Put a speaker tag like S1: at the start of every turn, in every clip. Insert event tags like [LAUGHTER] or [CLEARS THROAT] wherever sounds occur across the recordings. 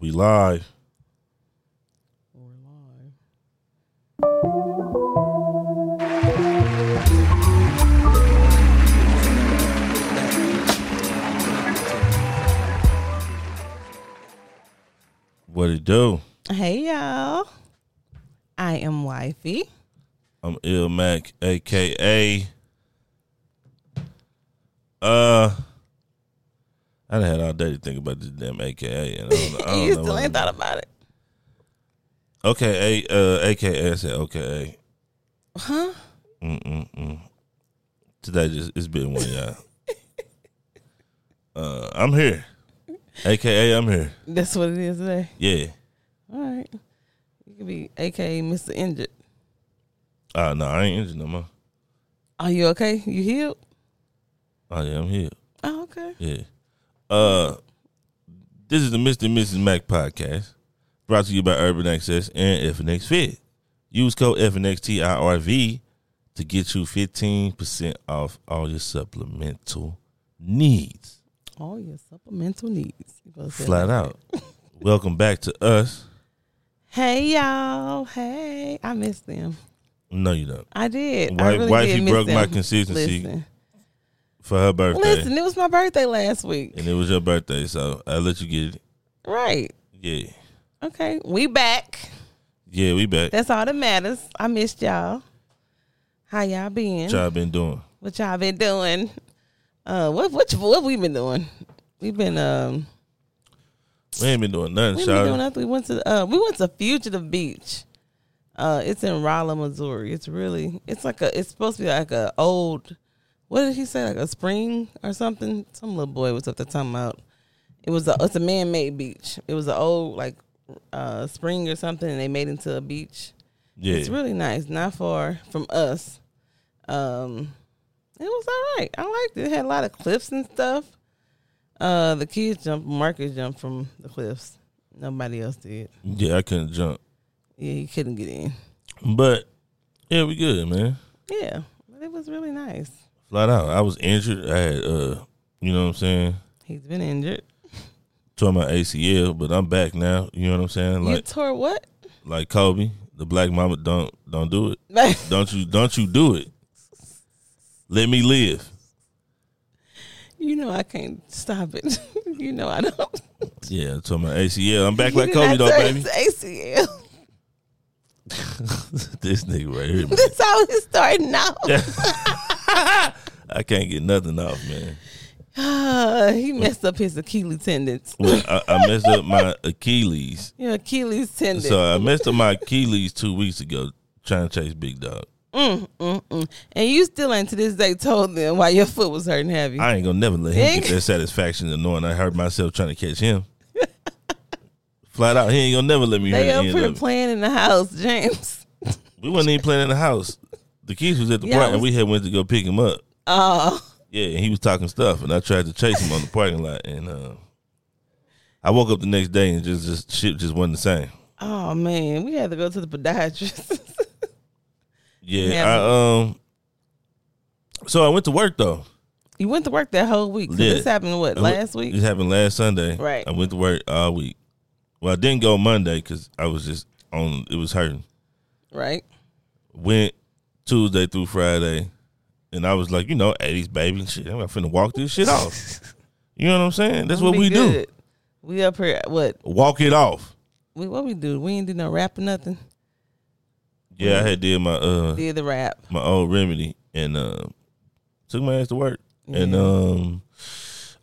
S1: We live.
S2: We're live.
S1: What it do?
S2: Hey y'all. I am wifey.
S1: I'm Ill Mac, aka. Uh, I done had all day to think about this damn AKA, and I
S2: [LAUGHS]
S1: don't, I don't
S2: you
S1: know.
S2: still
S1: what
S2: ain't
S1: it-
S2: thought about it.
S1: Okay, a, uh, AKA. I said okay.
S2: Huh?
S1: Mm mm mm. Today just it's been one
S2: [LAUGHS]
S1: y'all. uh, I'm here. AKA, I'm here.
S2: That's what it is today.
S1: Yeah.
S2: All right. You could be aka Mr. Injured.
S1: Uh no, I ain't injured no more.
S2: Are you okay? You healed?
S1: Oh yeah, I'm here.
S2: Oh, okay.
S1: Yeah. Uh this is the Mr. and Mrs. Mac podcast. Brought to you by Urban Access and FNX Fit. Use code FNXTIRV to get you fifteen percent off all your supplemental needs.
S2: All your supplemental needs. You supposed to say
S1: Flat
S2: that.
S1: out. Welcome back to us.
S2: Hey y'all. Hey. I missed them.
S1: No, you don't.
S2: I did. I
S1: Wife,
S2: really did
S1: wifey
S2: miss
S1: broke my
S2: them.
S1: consistency
S2: Listen.
S1: for her birthday,
S2: Listen, it was my birthday last week.
S1: and it was your birthday, so I let you get it.
S2: Right.
S1: Yeah,
S2: Okay. We back.
S1: yeah, we back.
S2: That's all that matters. I missed y'all. How y'all been?
S1: What y'all been doing?
S2: What y'all been doing? Uh, what what what we been doing? We've been um,
S1: We ain't been doing nothing,
S2: we been doing
S1: y'all.
S2: nothing. We went to uh, we went to Fugitive Beach. Uh, it's in Rolla, Missouri. It's really it's like a it's supposed to be like a old. What did he say? Like a spring or something? Some little boy was up there talking about. It was a it's a man made beach. It was an old like uh spring or something, and they made into a beach.
S1: Yeah,
S2: It's really nice. Not far from us. Um, it was all right. I liked it. It had a lot of cliffs and stuff. Uh, the kids jumped. Marcus jumped from the cliffs. Nobody else did.
S1: yeah, I couldn't jump,
S2: Yeah, you couldn't get in.
S1: but yeah, we good, man.
S2: Yeah, but it was really nice.
S1: Flat out. I was injured. I had, uh, you know what I'm saying.
S2: He's been injured.
S1: Tore my ACL, but I'm back now. You know what I'm saying?
S2: you
S1: Like,
S2: tore what? [LAUGHS]
S1: like Kobe, the black mama. Don't, don't do it.
S2: you
S1: Don't you, don't you do it. Let me live.
S2: know I can't stop it. [LAUGHS] you know I don't.
S1: Yeah, I tore my ACL. I'm back
S2: You [LAUGHS]
S1: like
S2: did
S1: Kobe
S2: not
S1: though,
S2: tear
S1: baby.
S2: his ACL.
S1: [LAUGHS] this nigga right here. man.
S2: [LAUGHS] That's how it started now. [SIGHS]
S1: I can't get nothing off, man.
S2: he messed up his Achilles tendons.
S1: Well, I, I messed up
S2: [LAUGHS]
S1: my Achilles.
S2: Your Achilles tendon.
S1: So I messed up my Achilles two weeks ago trying to chase Big Dog.
S2: Mm, mm, mm. And you still ain't to this day told them why your foot was hurting, have you?
S1: I ain't gonna never let him
S2: Big-
S1: get that satisfaction of knowing I hurt myself trying to catch him. Flat out, he ain't gonna never let me
S2: they
S1: hurt
S2: up
S1: the end
S2: here
S1: of it.
S2: playing in the house, James. [LAUGHS]
S1: We wasn't even playing in the house. The kids was at the
S2: Yeah,
S1: park
S2: I
S1: and we had went to go pick him up.
S2: Oh,
S1: Yeah, and he was talking stuff, and I tried to chase him on the parking lot, and uh, I woke up the next day and just just shit just wasn't the same.
S2: oh man, we had to go to the podiatrist. [LAUGHS]
S1: Yeah,
S2: Yeah.
S1: I um. So I went to work though.
S2: you went to work that whole week. So
S1: Yeah.
S2: This happened what
S1: I went-
S2: last week?
S1: This happened last Sunday.
S2: Right.
S1: I went to work all week. Well, I didn't go Monday because I was just on. It was hurting.
S2: Right?
S1: Went Tuesday through Friday, and I was like, you know, eighties baby shit. I'm not finna walk this shit off.
S2: [LAUGHS]
S1: you know what I'm saying? That's what
S2: Be
S1: we
S2: good. We up here. What?
S1: do. Walk it off.
S2: We what we do? We ain't do no rap or nothing.
S1: Yeah, I had did my uh
S2: Did the rap.
S1: my old remedy and uh, took my ass to work and
S2: Yeah.
S1: um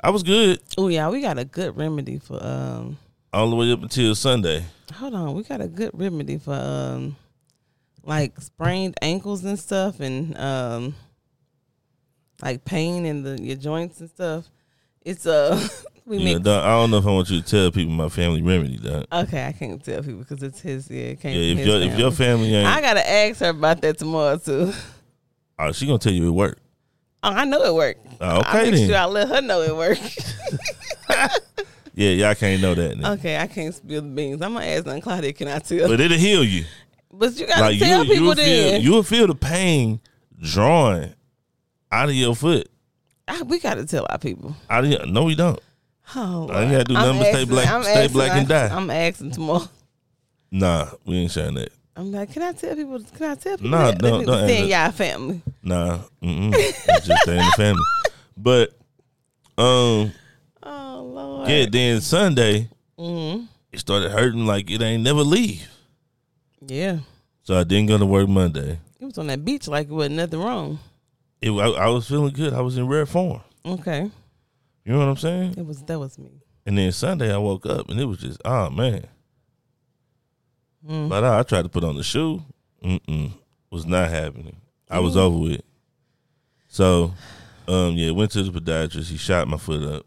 S1: I was good
S2: Oh yeah, we got a good remedy for um.
S1: all the way up until Sunday.
S2: Hold on, we got a good remedy for um, like sprained ankles and stuff, and um, like pain in the your joints and stuff. It's uh, [LAUGHS] we
S1: Yeah,
S2: make
S1: dog, I don't know if I want you to tell people my family remedy, dog.
S2: okay. I can't tell people because it's his. Yeah, it came
S1: Yeah, if
S2: from his
S1: your if your
S2: family.
S1: family ain't,
S2: I gotta ask her about that tomorrow too. [LAUGHS]
S1: oh, she gonna tell you it worked.
S2: Oh, I know it worked.
S1: Oh,
S2: I
S1: okay
S2: make
S1: then.
S2: sure I let her know it worked. [LAUGHS]
S1: yeah, y'all can't know that, now.
S2: okay, I can't spill the beans. I'm gonna ask Aunt Claudia. Can I tell? But,
S1: but it'll heal you.
S2: you gotta
S1: Like
S2: tell
S1: you, you
S2: people
S1: will feel
S2: then.
S1: you will feel the pain drawing out of your foot.
S2: I, we gotta tell our people.
S1: Out of your, no, we don't.
S2: Oh,
S1: I ain't gotta do nothing but stay black- stay black and die.
S2: I'm asking tomorrow.
S1: Nah, we ain't sharing that.
S2: I'm like, can I tell people? Can I tell people?
S1: Nah,
S2: that?
S1: don't-
S2: They
S1: don't
S2: stay in
S1: answer.
S2: y'all family.
S1: Nah, mm-mm. It's just stay in the family. [LAUGHS] But um,
S2: Oh Lord.
S1: yeah. Then Sunday,
S2: Mhm.
S1: it started hurting like it ain't never leave.
S2: Yeah.
S1: So I didn't go to work Monday.
S2: It was on that beach like it wasn't nothing wrong.
S1: It, I, I was feeling good. I was in rare form.
S2: Okay.
S1: You know what I'm saying?
S2: It was that was me.
S1: And then Sunday, I woke up and it was just, oh man.
S2: Mm.
S1: But I, I tried to put on the shoe. Mm-mm. Was not happening. I
S2: Mm.
S1: was over with. So, um, yeah, went to the podiatrist. He shot my foot up.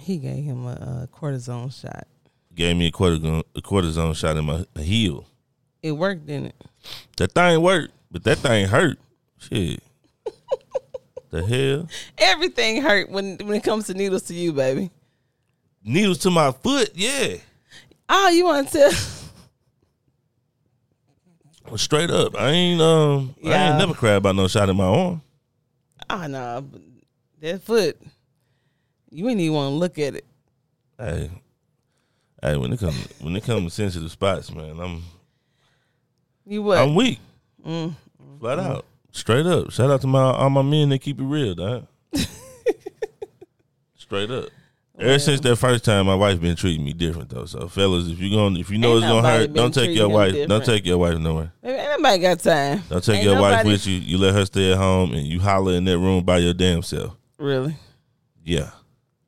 S2: He gave him a, a cortisone shot.
S1: Gave me a cortisone, a cortisone shot in my heel.
S2: It worked, didn't it?
S1: That thing worked, but that thing hurt. Shit. the hell?
S2: Everything hurt when when it comes to needles to you, baby.
S1: Needles to my foot, yeah.
S2: Oh, you want to?
S1: Straight up. I ain't um I
S2: Yeah.
S1: ain't never cried about no shot in my arm.
S2: [LAUGHS] Oh no, but that foot. You ain't even want to look at it.
S1: Hey. Hey, when it comes when it comes to sensitive spots, man, I'm
S2: You what?
S1: I'm weak.
S2: Mm.
S1: Flat out. Straight up. Shout out to my all my men that keep it real,
S2: [LAUGHS]
S1: dog. Straight up. Ever since that first time, my wife been treating me different though. So, fellas, if you going if you know
S2: Ain't
S1: it's gonna
S2: nobody
S1: hurt,
S2: been
S1: don't take
S2: treating
S1: your
S2: him
S1: wife. Don't
S2: different.
S1: take your wife nowhere.
S2: Baby, ain't nobody got time.
S1: Don't take
S2: Ain't
S1: your wife
S2: nobody-
S1: with you. You let her stay at home, and you holler in that room by your damn self.
S2: Really?
S1: Yeah,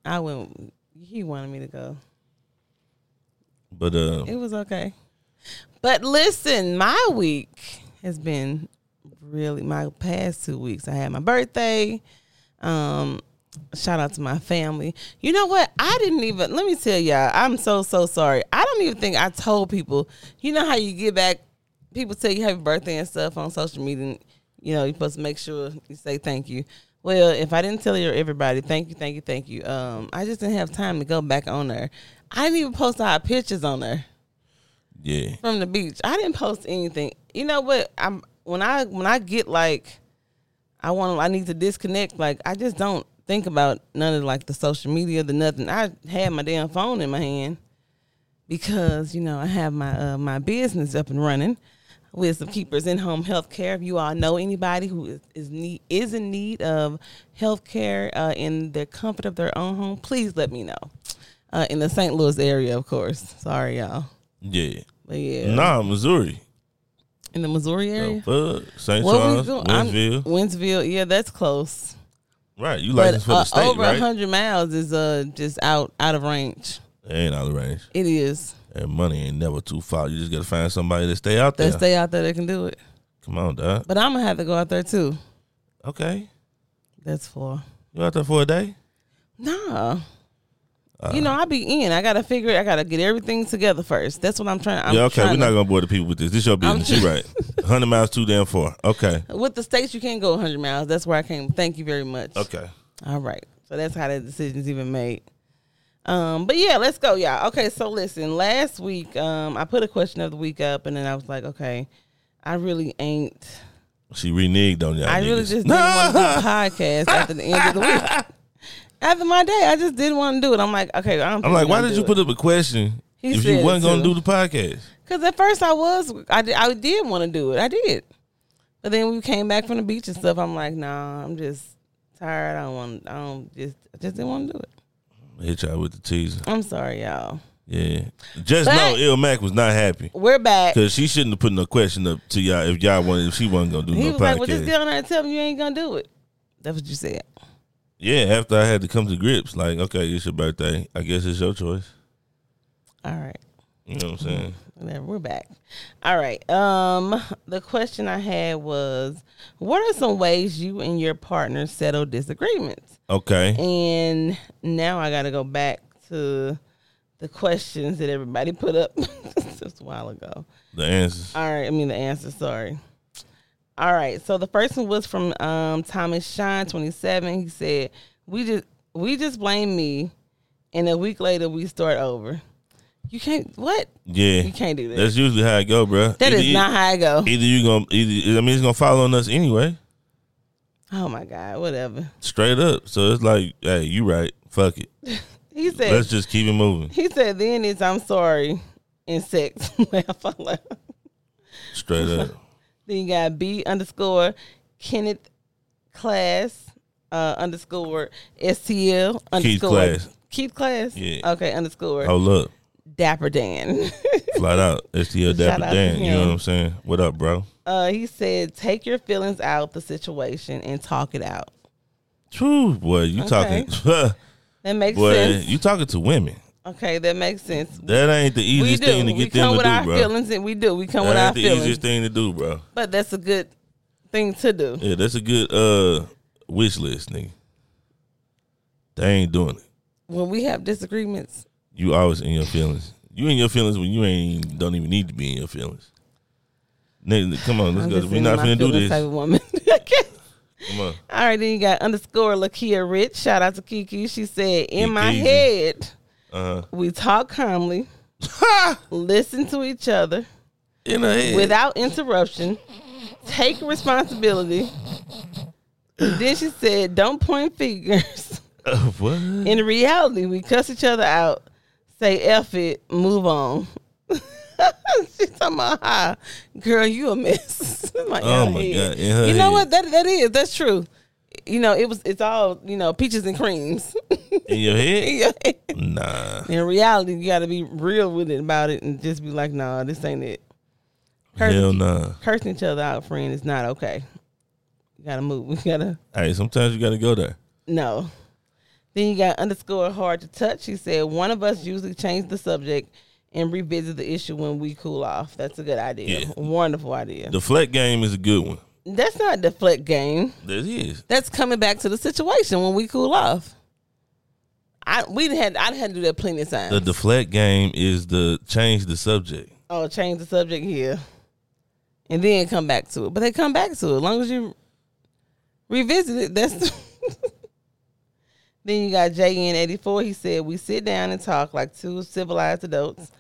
S2: I went. He wanted me to go.
S1: but uh,
S2: It was okay. But listen, my week has been really my past two weeks. I had my birthday. Um, shout out to my family. You know what? I didn't even let me tell y'all, I'm so so sorry. I don't even think I told people. You know how you get back people tell you happy birthday and stuff on social media and, you know, you're supposed to make sure you say thank you. Well, if I didn't tell you everybody, thank you, thank you, thank you. Um, I just didn't have time to go back on there. I didn't even post our pictures on there
S1: yeah,
S2: from the beach. I didn't post anything. You know what? I'm when I when I get like I want to I need to disconnect. Like I just don't think about none of like the social media, the nothing. I had my damn phone in my hand because you know I have my uh, my business up and running. Wisdom Keepers in Home Healthcare. If you all know anybody who is is, need, is in need of healthcare uh, in the comfort of their own home, please let me know. Uh, in the St. Louis area, of course. Sorry, y'all.
S1: yeah.
S2: But yeah,
S1: Nah, Missouri,
S2: in the Missouri
S1: the
S2: area.
S1: fuck, St.
S2: What we
S1: Charles,
S2: doing?
S1: Wentzville.
S2: Winsville, yeah, that's close.
S1: right, you
S2: But
S1: licensed for
S2: uh,
S1: the state,
S2: over
S1: right?
S2: hundred miles is uh just out out of range.
S1: Ain't out of range,
S2: It is.
S1: and money ain't never too far. You just gotta find somebody to stay out
S2: They
S1: there.
S2: stay out there. They can do it.
S1: Come on, dog.
S2: But I'm gonna have to go out there too.
S1: Okay,
S2: That's for
S1: you out there for a day?
S2: nah.
S1: Uh.
S2: you know, I be in. I gotta figure. it. I gotta get everything together first. That's what I'm trying. I'm
S1: yeah, okay. We're
S2: trying
S1: not
S2: to-
S1: gonna bore the people with this. This your
S2: I'm
S1: business. You right. Hundred miles too damn far. Okay,
S2: With the states, you can't go 100 miles. That's where I came. Thank you very much.
S1: okay.
S2: All right. So that's how that decision's even made. Um, but yeah, let's go, y'all. Okay, so listen, last week, um, I put a question of the week up and then I was like, okay, I really ain't
S1: She reneged on y'all.
S2: I really
S1: niggas.
S2: just didn't want to
S1: [LAUGHS]
S2: do a podcast after the end of the week. After my day, I just didn't want to do it. I'm like, okay, I don't
S1: I'm like, why did you put up a question
S2: He
S1: if you
S2: said
S1: wasn't
S2: it
S1: gonna
S2: too.
S1: do the podcast?
S2: Because at first I was, I did, I did want to do it. I did. But then we came back from the beach and stuff. I'm like, nah, I'm just tired. I don't want, I don't just, I just didn't want to do it.
S1: Hit y'all with the teaser.
S2: I'm sorry, y'all.
S1: Yeah. Just
S2: But-
S1: know Ill Mac was not happy.
S2: We're back.
S1: Cause she shouldn't have put no question up to y'all if y'all wanted if she wasn't gonna do
S2: He
S1: no
S2: was
S1: podcast.
S2: like, "Well, just get on there and tell me you ain't gonna do it." That's what you said.
S1: yeah, after I had to come to grips, like, okay, it's your birthday. I guess it's your choice.
S2: All right,
S1: You know what I'm saying?
S2: whatever. We're back. All right. Um, the question I had was, what are some ways you and your partner settle disagreements?
S1: Okay.
S2: And now I got to go back to the questions that everybody put up [LAUGHS] just a while ago.
S1: The answers.
S2: All right, I mean the answer. Sorry. All right, so the first one was from um, Thomas Shine twenty seven. He said, "We just we just blame me, and a week later we start over. You can't what?
S1: Yeah.
S2: You can't do that.
S1: That's usually how it go, bruh.
S2: That
S1: either
S2: is
S1: you-
S2: not how I go.
S1: either you gonna either I mean it's gonna follow on us anyway.
S2: Oh my god, whatever.
S1: Straight up. So it's like, hey, you right. Fuck it.
S2: He He said,
S1: Let's just keep it moving.
S2: He said, then it's I'm sorry in sex. [LAUGHS] Laugh out loud.
S1: Straight
S2: [LAUGHS]
S1: up.
S2: then you got B underscore Kenneth class uh, underscore STL underscore
S1: Class.
S2: Keith class.
S1: Yeah. Oh.
S2: Okay, underscore
S1: Hold up.
S2: Dapper Dan. [LAUGHS]
S1: Flat out. STL
S2: Shout
S1: Dapper
S2: out to
S1: Dan. You
S2: him.
S1: know what I'm saying? What up, bro?
S2: uh, he said, take your feelings out the situation and talk it out.
S1: True, boy. You
S2: Okay.
S1: talking [LAUGHS]
S2: That makes
S1: boy,
S2: sense.
S1: you talking to women.
S2: okay, that makes sense.
S1: That ain't the
S2: We
S1: easiest
S2: do.
S1: thing to
S2: We
S1: get them
S2: come
S1: to
S2: with our
S1: do, bro.
S2: feelings, and we do. We come
S1: that
S2: with our
S1: ain't the
S2: feelings.
S1: easiest thing to do, bro.
S2: But that's a good thing to do.
S1: Yeah, that's a good uh wish list, nigga. They ain't doing it.
S2: When we have disagreements,
S1: You always in your feelings. You in your feelings when you ain't even- don't even need to be in your feelings. Nigga, come on, let's
S2: I'm
S1: go.
S2: just
S1: We're
S2: in
S1: not
S2: my
S1: finna do
S2: feelings
S1: this.
S2: Type of woman. [LAUGHS] Okay.
S1: Come on.
S2: All right, then you got underscore Lakia Rich. Shout out to Kiki. She said, "In my
S1: Kiki.
S2: head,
S1: Uh
S2: we talk calmly, listen to each other
S1: [LAUGHS] in her head.
S2: without interruption, take responsibility." then she said, "Don't point fingers. [LAUGHS]
S1: Uh, [LAUGHS] what?
S2: In reality, we cuss each other out, say f it, move on." [LAUGHS] She's talking about how, girl, you a mess. [LAUGHS] Like,
S1: Oh
S2: in her
S1: my
S2: head.
S1: God, in her
S2: you know
S1: head.
S2: what? That that is that's true. You know, it was it's all you know peaches and creams. [LAUGHS]
S1: In your head?
S2: in
S1: Nah.
S2: reality, you got to be real with it about it and just be like, nah, this ain't it. Cursing,
S1: Hell nah.
S2: cursing each other out, friend, is not okay. You gotta move. [LAUGHS] We gotta
S1: Hey, sometimes you gotta go there.
S2: no. Then you got underscore hard to touch. She said one of us usually change the subject and revisit the issue when we cool off. That's a good idea.
S1: Yeah.
S2: Wonderful idea.
S1: The flat game is a good one.
S2: That's not deflect game.
S1: That is.
S2: that's coming back to the situation when we cool off. I we done had I done had to do that plenty of times.
S1: The deflect game is the change the subject.
S2: oh, change the subject here, and then come back to it. But they come back to it as long as you revisit it. That's [LAUGHS] then you got JN eighty four. He said we sit down and talk like two civilized adults.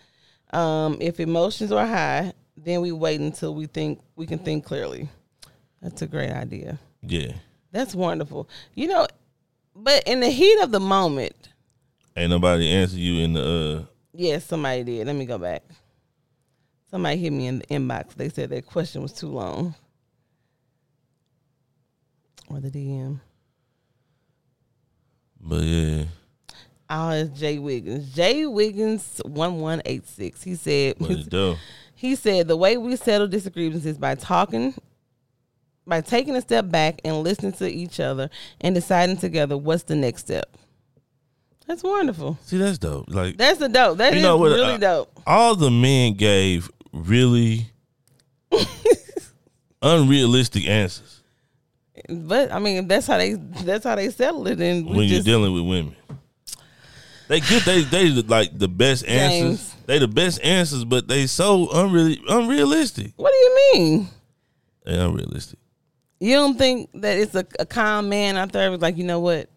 S2: Um, if emotions are high, then we wait until we think we can think clearly. That's a great idea.
S1: Yeah.
S2: That's wonderful. You know, but in the heat of the moment,
S1: Ain't nobody answer you in the uh,
S2: yes, somebody did. Let me go back. Somebody hit me in the inbox. They said their question was too long. Or the DM.
S1: uh but yeah.
S2: Oh, it's Jay Wiggins. Jay Wiggins one one eight six. He said
S1: What it do?
S2: He said the way we settle disagreements is by talking, by taking a step back and listening to each other and deciding together what's the next step. That's wonderful.
S1: [LAUGHS] See that's dope. Like
S2: That's the dope. That is
S1: You know what,
S2: really
S1: uh,
S2: dope.
S1: all the men gave
S2: [LAUGHS]
S1: really unrealistic answers
S2: But I mean, if that's how they that's how they settle it. And we
S1: when
S2: just
S1: you're dealing with women. They get they they like the best answers.
S2: James.
S1: They the best answers, but they so unreal unrealistic.
S2: what do you mean?
S1: They unrealistic.
S2: You don't think that it's a, a calm man out there who's like, you know what?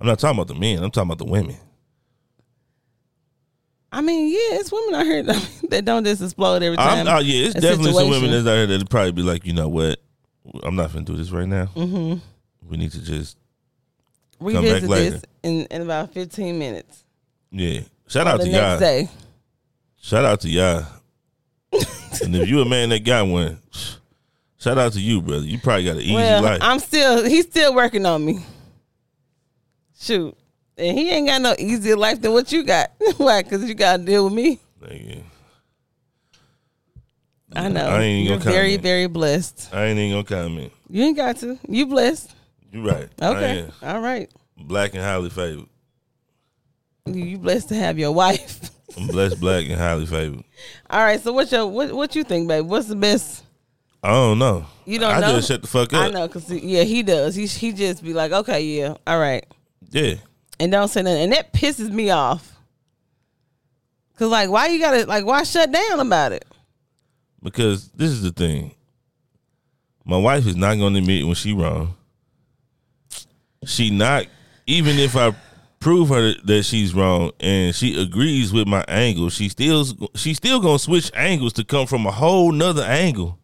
S1: I'm not talking about the men. I'm talking about the women.
S2: I mean, yeah, it's women out here [LAUGHS] that don't just explode every time.
S1: I'm, oh yeah, it's
S2: a
S1: definitely some women
S2: situation.
S1: that's out here that'd probably be like, you know what, I'm not gonna do this right now. Mm-hmm. We need to just back
S2: Revisit this
S1: later.
S2: in, in about fifteen minutes.
S1: yeah. Shout out
S2: The
S1: to
S2: next
S1: y'all.
S2: day.
S1: Shout out to
S2: [LAUGHS]
S1: y'all. and if you a man that got one, shout out to you, brother. You probably got an easy
S2: Well,
S1: life.
S2: I'm still he's still working on me. Shoot. And he ain't got no easier life than what you got. [LAUGHS] Why? Because you got to deal with me.
S1: Nigga,
S2: I know.
S1: I ain't
S2: You're
S1: gonna
S2: very,
S1: comment.
S2: very blessed.
S1: I ain't even gonna comment.
S2: You ain't got to. You blessed.
S1: You right.
S2: Okay.
S1: I
S2: All right.
S1: am black and highly favored.
S2: You you blessed to have your wife. [LAUGHS]
S1: I'm blessed, black and highly favored.
S2: All right. So what's your what? What you think, babe? What's the best?
S1: I don't know.
S2: You don't
S1: I
S2: know?
S1: just shut the fuck up.
S2: I know, cause he- yeah, he does. He he just be like, okay, yeah, all right,
S1: Yeah.
S2: and don't say nothing, and that pisses me off. Cause like, why you gotta like, why shut down about it?
S1: Because this is the thing. My wife is not gonna admit when she wrong. She not even if I prove her that she's wrong and she agrees with my angle, she still she still gonna switch angles to come from a whole nother angle.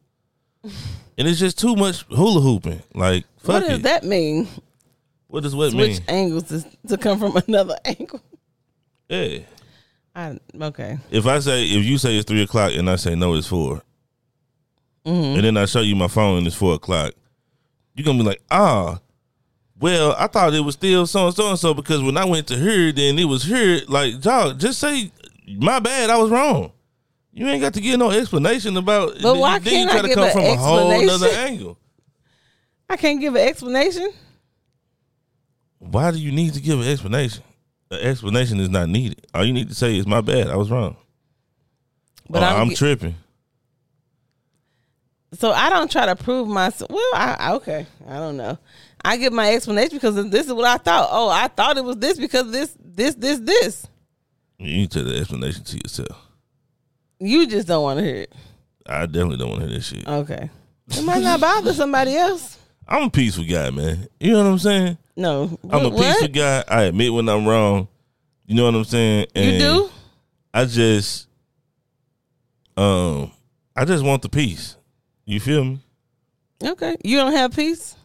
S1: And it's just too much hula hooping. Like
S2: What
S1: fuck
S2: does
S1: it.
S2: that mean?
S1: What does what
S2: Switch
S1: mean?
S2: angles to, to come from [LAUGHS] another angle.
S1: Yeah.
S2: I okay.
S1: If I say if you say it's three o'clock and I say no, it's 4
S2: Mm-hmm.
S1: and then I show you my phone and it's four o'clock, you're gonna be like, ah, well, I thought it was still so and so and so because when I went to her, then it was her. Like, dog, just say my bad, I was wrong. You ain't got to give no explanation about.
S2: But
S1: then-
S2: why
S1: then
S2: can't
S1: you try
S2: I
S1: to
S2: give
S1: come
S2: a
S1: from a whole nother
S2: explanation?
S1: angle?
S2: I can't give an explanation.
S1: Why do you need to give an explanation? An explanation is not needed. All you need to say is my bad, I was wrong.
S2: But
S1: Or,
S2: I'm,
S1: Oh, I'm
S2: ge-
S1: tripping.
S2: so I don't try to prove myself. Well, I, I- okay, I don't know. I give my explanation because this is what I thought. Oh, I thought it was this because this, this, this, this.
S1: You need to tell the explanation to yourself.
S2: You just don't want to hear it.
S1: I definitely don't want to hear that shit.
S2: Okay, it might not bother somebody else.
S1: I'm a peaceful guy, man. You know what I'm saying?
S2: No,
S1: I'm a
S2: Wh- what?
S1: peaceful guy. I admit when I'm wrong. You know what I'm saying?
S2: You do?
S1: I just, um, I just want the peace. You feel me?
S2: Okay, you don't have peace.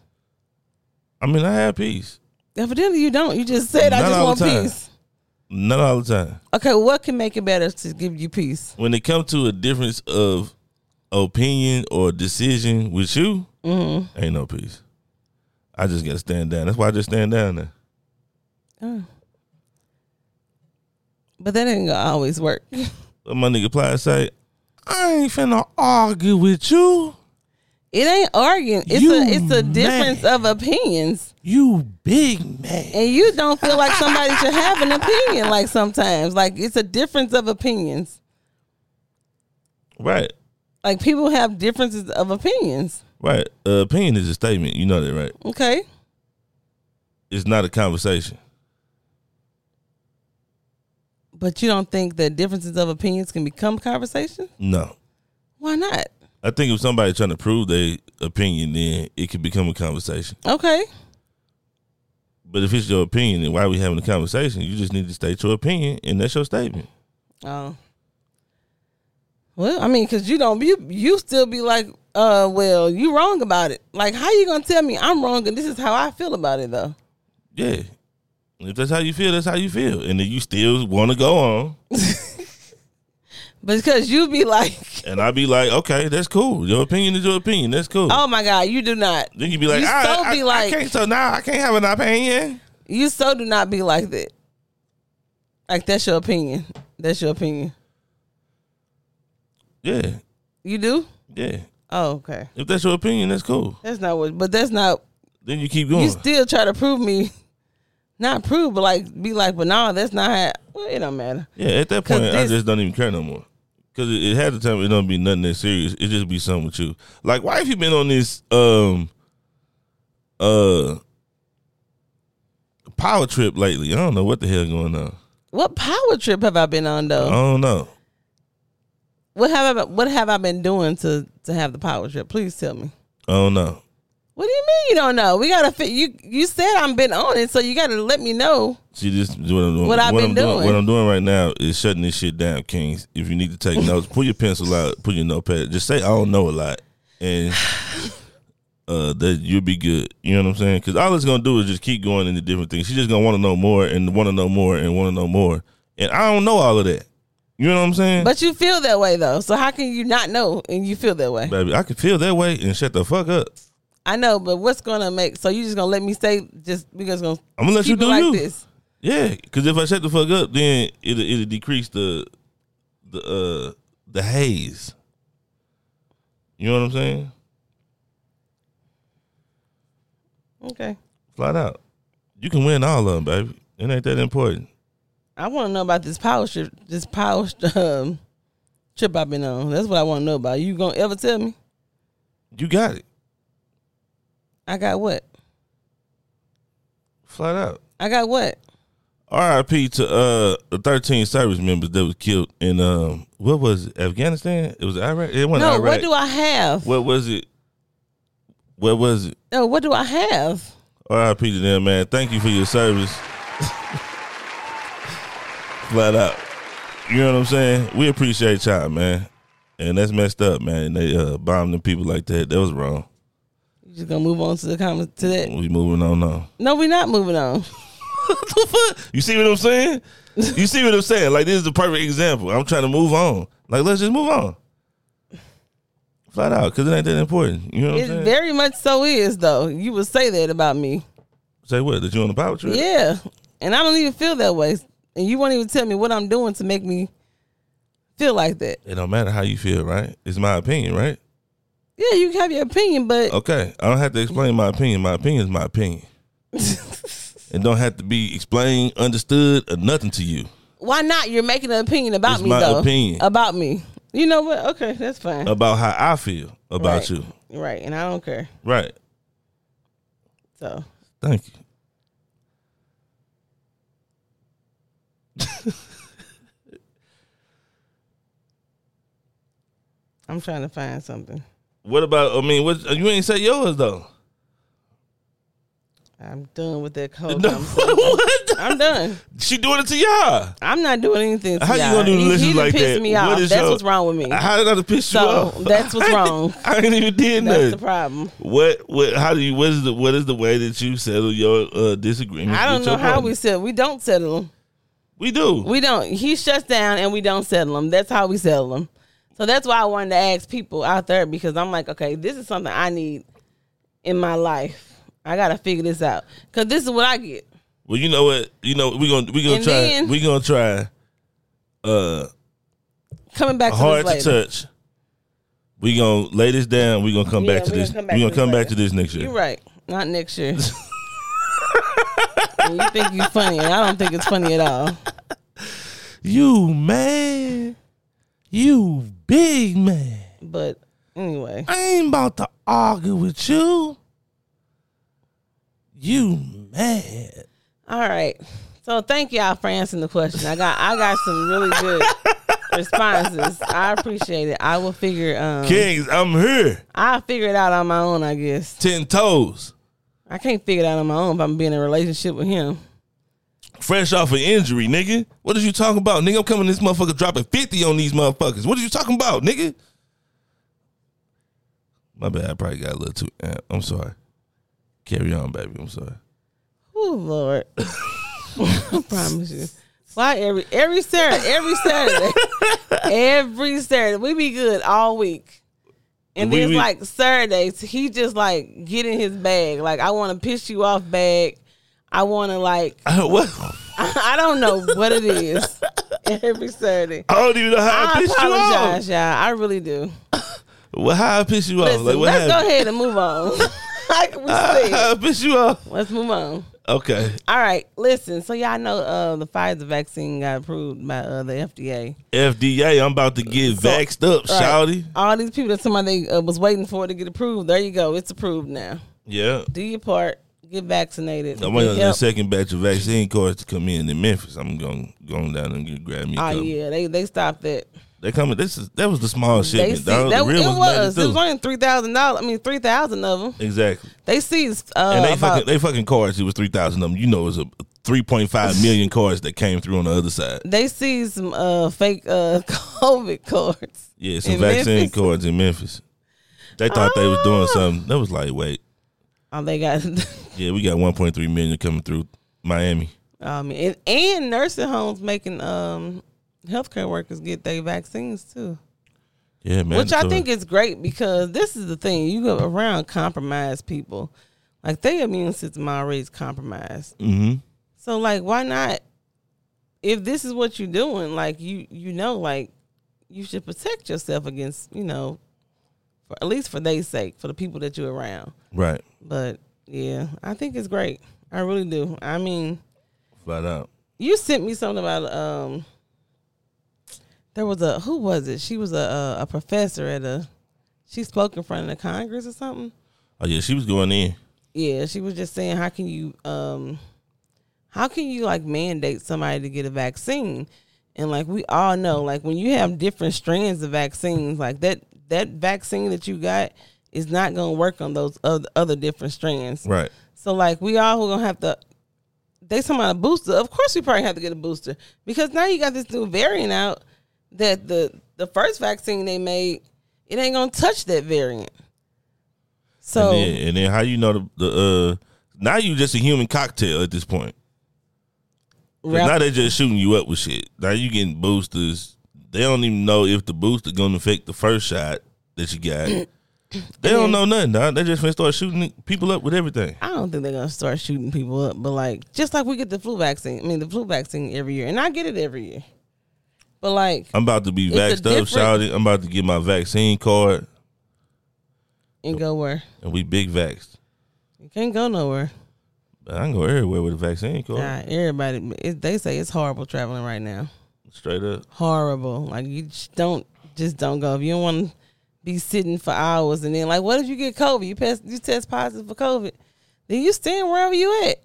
S1: I mean, I have peace.
S2: Evidently, you don't. You just said I
S1: Not
S2: just
S1: all
S2: want
S1: the time.
S2: peace.
S1: Not all the time.
S2: Okay, what can make it better to give you peace?
S1: When it comes to a difference of opinion or decision with you,
S2: Mm-hmm.
S1: ain't no peace. I just gotta stand down. That's why I just stand down there.
S2: Oh. But that ain't gonna
S1: [LAUGHS]
S2: always work. it
S1: But my nigga Plier say, I ain't finna argue with you.
S2: ain't arguing. It's
S1: You
S2: a it's a
S1: mad.
S2: difference of opinions,
S1: You big man.
S2: and you don't feel like somebody should have an opinion. Like sometimes, like it's a difference of opinions.
S1: Right,
S2: Like people have differences of opinions.
S1: right. Uh, opinion is a statement. You know that, right?
S2: Okay,
S1: It's not a conversation.
S2: but you don't think that differences of opinions can become conversation?
S1: No.
S2: Why not?
S1: I think if somebody's trying to prove their opinion, then it could become a conversation.
S2: Okay,
S1: But if it's your opinion, then why are we having a conversation? You just need to state your opinion, and that's your statement.
S2: Oh. Well, I mean, cause you don't you you still be like, uh, well, you wrong about it. Like, how you gonna tell me I'm wrong and this is how I feel about it though?
S1: Yeah. If that's how you feel, that's how you feel. And then you still want to go on.
S2: Because you be like, [LAUGHS]
S1: And i be like, okay, that's cool. Your opinion is your opinion. That's cool.
S2: oh my god, you do not,
S1: Then you be like,
S2: You
S1: I,
S2: so
S1: I-
S2: be
S1: I
S2: like-
S1: can't, so now I can't have an opinion.
S2: you so do not be like that. Like that's your opinion. That's your opinion.
S1: Yeah.
S2: You do?
S1: Yeah.
S2: Oh, okay.
S1: If that's your opinion, that's cool.
S2: That's not what, but that's not.
S1: Then you keep going.
S2: You still try to prove me, not prove, but like be like, but no, that's not. How, well, it don't matter.
S1: Yeah, at that
S2: 'Cause
S1: point, I
S2: this-
S1: just don't even care no more. Cause it, it had the time it don't be nothing that serious. It just be something with you. Like, why have you been on this um uh power trip lately? I don't know what the hell going on.
S2: What power trip have I been on though?
S1: I don't know.
S2: What have I what have I been doing to to have the power trip? Please tell me.
S1: I don't know.
S2: What do you mean you don't know? We gotta fit you you said I've been on it, so you gotta let me know.
S1: See, this is what I'm doing.
S2: What I've been
S1: I'm doing.
S2: doing.
S1: What I'm doing right now is shutting this shit down, Kings. If you need to take notes, pull your pencil out, pull your notepad. Just say I don't know a lot, and [SIGHS] uh, that you'll be good. You know what I'm saying? Because all it's gonna do is just keep going into different things. She's just gonna want to know more and want to know more and want to know more. And I don't know all of that. You know what I'm saying?
S2: But you feel that way though. So how can you not know and you feel that way?
S1: Baby, I can feel that way and shut the fuck up.
S2: I know, but what's gonna make so you just gonna let me say just we just gonna
S1: I'm gonna let you
S2: keep it
S1: do
S2: like
S1: you.
S2: this.
S1: Yeah, because if I shut the fuck up, then it it'll decrease the the uh the haze. You know what I'm saying?
S2: Okay.
S1: Flat out, you can win all of them, baby. It ain't that important.
S2: I wanna know about this power trip this power [LAUGHS] um, trip I've been on. That's what I wanna know about. You gonna ever tell me?
S1: You got it,
S2: I got what?
S1: flat out.
S2: I got what?
S1: R.I.P. to uh the 13 service members that was killed in um what was it Afghanistan? It was Iraq. It wasn't
S2: No,
S1: Iraq.
S2: what do I have?
S1: what was it? What was it?
S2: No, what do I have?
S1: R.I.P. to them, man. Thank you for your service. [LAUGHS] Flat out. You know what I'm saying? We appreciate y'all, man. And that's messed up, man. They uh, bombed them people like that. That was wrong.
S2: You just gonna move on to the comment to that?
S1: We moving on now.
S2: No, we're not
S1: [LAUGHS]
S2: moving on.
S1: You see what I'm saying? You see what I'm saying? Like this is the perfect example. I'm trying to move on. Like let's just move on. Flat out, because it ain't that important. You know what
S2: It
S1: I'm saying?
S2: very much so is though. You would say that about me.
S1: Say what? That you on the power trip?
S2: Yeah. And I don't even feel that way. And you won't even tell me what I'm doing to make me feel like that.
S1: It don't matter how you feel, right? It's my opinion, right?
S2: Yeah, you can have your opinion, but
S1: Okay. I don't have to explain my opinion. My opinion is my
S2: [LAUGHS]
S1: opinion. it don't have to be explained, understood, or nothing to you.
S2: why not? You're making an opinion about
S1: It's
S2: me
S1: my
S2: though.
S1: opinion. Uh,
S2: About me. You know what? Okay, that's fine.
S1: About how I feel about
S2: Right.
S1: you.
S2: right. And I don't care.
S1: Right.
S2: So
S1: Thank you.
S2: I'm trying to find something.
S1: What about I mean, what you ain't say yours though.
S2: I'm done with that code.
S1: No, [LAUGHS] what?
S2: I'm done.
S1: She doing it to y'all.
S2: I'm not doing anything. To
S1: How you
S2: y'all.
S1: gonna do the
S2: He-
S1: listeners
S2: he done
S1: like
S2: pissed
S1: that?
S2: Me
S1: What
S2: off.
S1: is
S2: That's
S1: your-
S2: what's wrong with me.
S1: How did I not piss you
S2: So,
S1: off?
S2: that's what's
S1: [LAUGHS] I ain't-
S2: wrong.
S1: I ain't even did
S2: That's the
S1: nothing.
S2: problem.
S1: What? What? How do you? What is the? What is the way that you settle your uh, disagreements?
S2: I don't
S1: with
S2: know
S1: your
S2: how
S1: partner?
S2: we settle. We don't settle them.
S1: We do.
S2: We don't. He shuts down and we don't settle them. That's how we settle them. So that's why I wanted to ask people out there because I'm like, okay, this is something I need in my life. I gotta figure this out because this is what I get.
S1: well, you know what? You know we gonna we gonna
S2: And
S1: try
S2: then-
S1: we gonna try uh
S2: Coming back
S1: hard
S2: to
S1: to
S2: this later.
S1: touch. We gonna lay this down. We gonna come
S2: Yeah,
S1: back to
S2: we
S1: this.
S2: gonna come back
S1: we
S2: to
S1: gonna
S2: this
S1: come back
S2: later.
S1: to this next year.
S2: You're right. Not next year. And you think you're funny? and I don't think it's funny at all.
S1: You man, you big man.
S2: But anyway,
S1: I ain't about to argue with you. You mad?
S2: all right. So thank y'all for answering the question. I got I got some really good responses. I appreciate it. I will figure um
S1: Kings, I'm here.
S2: I'll figure it out on my own, I guess.
S1: Ten toes.
S2: I can't figure it out on my own if I'm being in a relationship with him.
S1: Fresh off an injury, nigga. What are you talking about, nigga? I'm coming this motherfucker dropping 50 on these motherfuckers. What are you talking about, nigga? My bad, I probably got a little too amped. I'm sorry. Carry on, baby. I'm
S2: [LAUGHS]
S1: sorry.
S2: Oh
S1: [LAUGHS]
S2: Lord. [LAUGHS] I promise you. Why every every Saturday, every Saturday, every Saturday, we be good all week. And
S1: We
S2: then it's
S1: be-
S2: like Saturdays, he just like get in his bag. Like I want to piss you off bag. I want to like [LAUGHS]
S1: what?
S2: I don't know what it is.
S1: [LAUGHS]
S2: Every Saturday,
S1: I don't even know how I,
S2: I
S1: pissed you off.
S2: apologize, y'all. I really do.
S1: Well, how I pissed you off?
S2: Listen,
S1: Like, what
S2: let's go
S1: happened?
S2: ahead and move on. [LAUGHS] like we said.
S1: [LAUGHS] How I pissed you off?
S2: Let's move on.
S1: Okay.
S2: All right, listen. So y'all know uh, the Pfizer vaccine got approved by uh, the FDA.
S1: FDA, I'm about to get vaxxed up,
S2: All right.
S1: shouty.
S2: All these people that somebody uh, was waiting for it to get approved. There you go. It's approved now.
S1: Yeah.
S2: Do your part. Get vaccinated.
S1: I'm waiting on
S2: Get
S1: the
S2: help.
S1: second batch of vaccine cards to come in in Memphis. I'm going going down and get, grab me. A
S2: Oh
S1: couple.
S2: yeah, they they stopped it.
S1: They coming. This is that was the small
S2: They
S1: shipment.
S2: see
S1: dog. the
S2: that,
S1: real
S2: it
S1: ones made
S2: was
S1: it
S2: it was
S1: through.
S2: only three thousand dollars. I mean three thousand of them.
S1: exactly.
S2: They seized uh,
S1: And they
S2: about
S1: fucking they fucking cards. It was three thousand of them. You know, it was a three point five million cards that came through on the other side.
S2: they seized some uh, fake uh, [LAUGHS] COVID cards.
S1: Yeah, some
S2: In
S1: vaccine
S2: Memphis? Ah.
S1: cards in Memphis. They thought they was doing something. That was like, wait,
S2: Oh, they got. [LAUGHS]
S1: yeah, we got one point three million coming through Miami.
S2: I mean, Um, and, and nursing homes making um healthcare workers get their vaccines too.
S1: Yeah, man.
S2: Which I think is great because this is the thing you go around compromised people, like their immune system already is compromised.
S1: hmm
S2: So like, why not? If this is what you're doing, like you you know, like you should protect yourself against you know, for, at least for their sake, for the people that you're around.
S1: right,
S2: But yeah, I think it's great. I really do. I mean,
S1: flat out.
S2: you sent me something about um. There was a who was it? She was a a, a professor at a. She spoke in front of the Congress or something.
S1: Oh yeah, she was going in.
S2: Yeah, she was just saying how can you um, how can you like mandate somebody to get a vaccine, and like we all know, like when you have different strands of vaccines, like that that vaccine that you got is not gonna work on those other other different strands.
S1: Right.
S2: So like we all who gonna have to they talking about a booster. Of course we probably have to get a booster. Because now you got this new variant out that the the first vaccine they made, it ain't gonna touch that variant. So
S1: and, then, and then how you know the, the uh now you just a human cocktail at this point. 'Cause
S2: rap-
S1: Now they just shooting you up with shit. Now you getting boosters. They don't even know if the booster gonna affect the first shot that you got.
S2: [CLEARS THROAT]
S1: they don't know nothing. Dog. They just finna start shooting people up with everything.
S2: I don't think they're gonna start shooting people up, but like just like we get the flu vaccine. I mean the flu vaccine every year, and I get it every year. But like
S1: I'm about to be
S2: It's a
S1: vaxxed up,
S2: different-
S1: shouted. I'm about to get my vaccine card,
S2: and go where?
S1: and we big vaxxed.
S2: You can't go nowhere.
S1: But I can go everywhere with a vaccine card.
S2: Nah, everybody it, they say it's horrible traveling right now.
S1: Straight up.
S2: Horrible. Like you just don't just don't go if you don't want to be sitting for hours and then like what if you get COVID? You pass, you test positive for COVID, then you stand wherever you at.